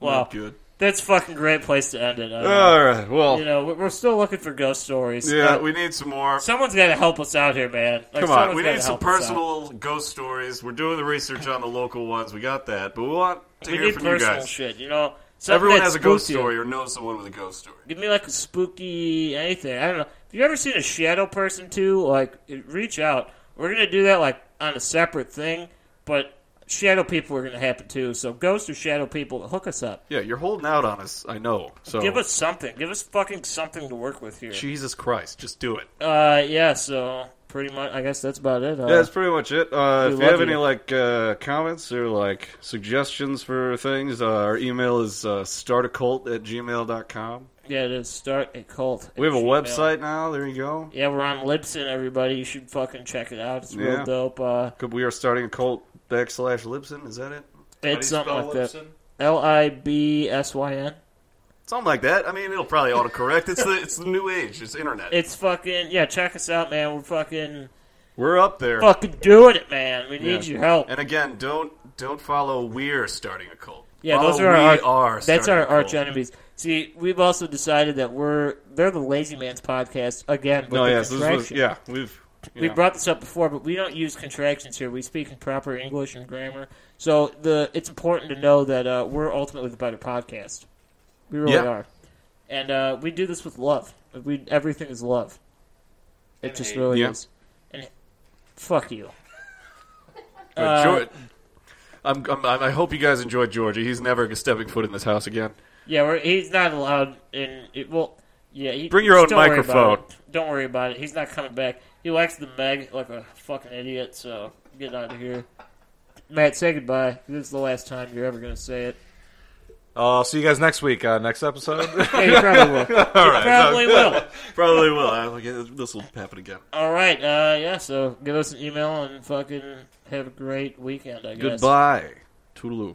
[SPEAKER 2] Wow,
[SPEAKER 6] Good. Oh,
[SPEAKER 2] that's a fucking great place to end it. Uh,
[SPEAKER 6] All right. Well,
[SPEAKER 2] you know, we- we're still looking for ghost stories.
[SPEAKER 6] yeah,
[SPEAKER 2] Uh,
[SPEAKER 6] we need some more.
[SPEAKER 2] someone's got to help us out here, man. Like,
[SPEAKER 6] Come on,
[SPEAKER 2] someone's
[SPEAKER 6] we
[SPEAKER 2] gotta
[SPEAKER 6] need some
[SPEAKER 2] help us out.
[SPEAKER 6] personal ghost stories. We're doing the research on the local ones. We got that, but we want to
[SPEAKER 2] We
[SPEAKER 6] hear
[SPEAKER 2] need
[SPEAKER 6] from you
[SPEAKER 2] personal
[SPEAKER 6] guys.
[SPEAKER 2] shit. You know, Something
[SPEAKER 6] Everyone
[SPEAKER 2] that
[SPEAKER 6] has a ghost
[SPEAKER 2] spooked you.
[SPEAKER 6] story or knows someone with a ghost story.
[SPEAKER 2] Give me like a spooky anything. I don't know. If you ever seen a shadow person too, like reach out. We're gonna do that like on a separate thing, but shadow people are gonna happen too. So ghosts or shadow people, hook us up.
[SPEAKER 3] Yeah, you're holding out on us. I know. So
[SPEAKER 2] Give us something. Give us fucking something to work with here.
[SPEAKER 3] Jesus Christ, just do it.
[SPEAKER 2] Uh, yeah. So pretty much, I guess that's about it. Uh,
[SPEAKER 3] Yeah, that's pretty much it. Uh,
[SPEAKER 2] We
[SPEAKER 3] if you have
[SPEAKER 2] love
[SPEAKER 3] any
[SPEAKER 2] you.
[SPEAKER 3] like uh, comments or like suggestions for things, uh, our email is uh, startacult at gmail.com.
[SPEAKER 2] yeah, it is. Start a cult.
[SPEAKER 3] We have a
[SPEAKER 2] Gmail.
[SPEAKER 3] website now. There you go.
[SPEAKER 2] Yeah, we're on Libsyn. Everybody, you should fucking check it out. It's real
[SPEAKER 3] Yeah.
[SPEAKER 2] dope. Uh,
[SPEAKER 3] Could- We are starting a cult backslash Libsyn. Is that it?
[SPEAKER 2] it's something like that. L i b s y n.
[SPEAKER 6] Something like that. I mean, it'll probably autocorrect. It's the it's the new age. It's internet.
[SPEAKER 2] It's fucking yeah. Check us out, man. We're fucking
[SPEAKER 3] We're up there.
[SPEAKER 2] fucking doing it, man. We need
[SPEAKER 3] Yeah.
[SPEAKER 2] your help.
[SPEAKER 6] and again, don't don't follow. We're starting a cult.
[SPEAKER 2] Yeah,
[SPEAKER 6] Follow
[SPEAKER 3] oh,
[SPEAKER 2] those are our
[SPEAKER 6] we are
[SPEAKER 2] that's
[SPEAKER 6] starting
[SPEAKER 2] our
[SPEAKER 6] a
[SPEAKER 2] arch
[SPEAKER 6] cult.
[SPEAKER 2] enemies. See, we've also decided that we're they're the Lazy Man's podcast again. With
[SPEAKER 3] No,
[SPEAKER 2] the
[SPEAKER 3] yes, this was,
[SPEAKER 2] contraction.
[SPEAKER 3] yeah, we've. you
[SPEAKER 2] We
[SPEAKER 3] know.
[SPEAKER 2] brought this up before, but we don't use contractions here. We speak in proper English and grammar, so the it's important to know that uh, we're ultimately the better podcast. We really
[SPEAKER 3] Yeah.
[SPEAKER 2] are, and uh, we do this with love. We everything is love. It just really
[SPEAKER 3] Yeah.
[SPEAKER 2] is. And fuck you. uh,
[SPEAKER 6] But Geor- I'm, I'm, I hope you guys enjoyed Georgie. He's never stepping foot in this house again.
[SPEAKER 2] Yeah, we're, he's not allowed in. It, well, yeah. He,
[SPEAKER 6] Bring your own
[SPEAKER 2] just don't worry about
[SPEAKER 6] microphone.
[SPEAKER 2] it. Don't worry about it. He's not coming back. He likes the Meg like a fucking idiot. So get out of here, Matt. Say goodbye. This is the last time you're ever gonna say it.
[SPEAKER 4] I'll see you guys next week, uh, next episode.
[SPEAKER 2] Yeah, you probably will.
[SPEAKER 4] All right.
[SPEAKER 2] probably will.
[SPEAKER 6] Probably will. I, I guess this will happen again.
[SPEAKER 2] All right. Uh, yeah. So give us an email and fucking have a great weekend. I guess.
[SPEAKER 3] Goodbye. Toodaloo.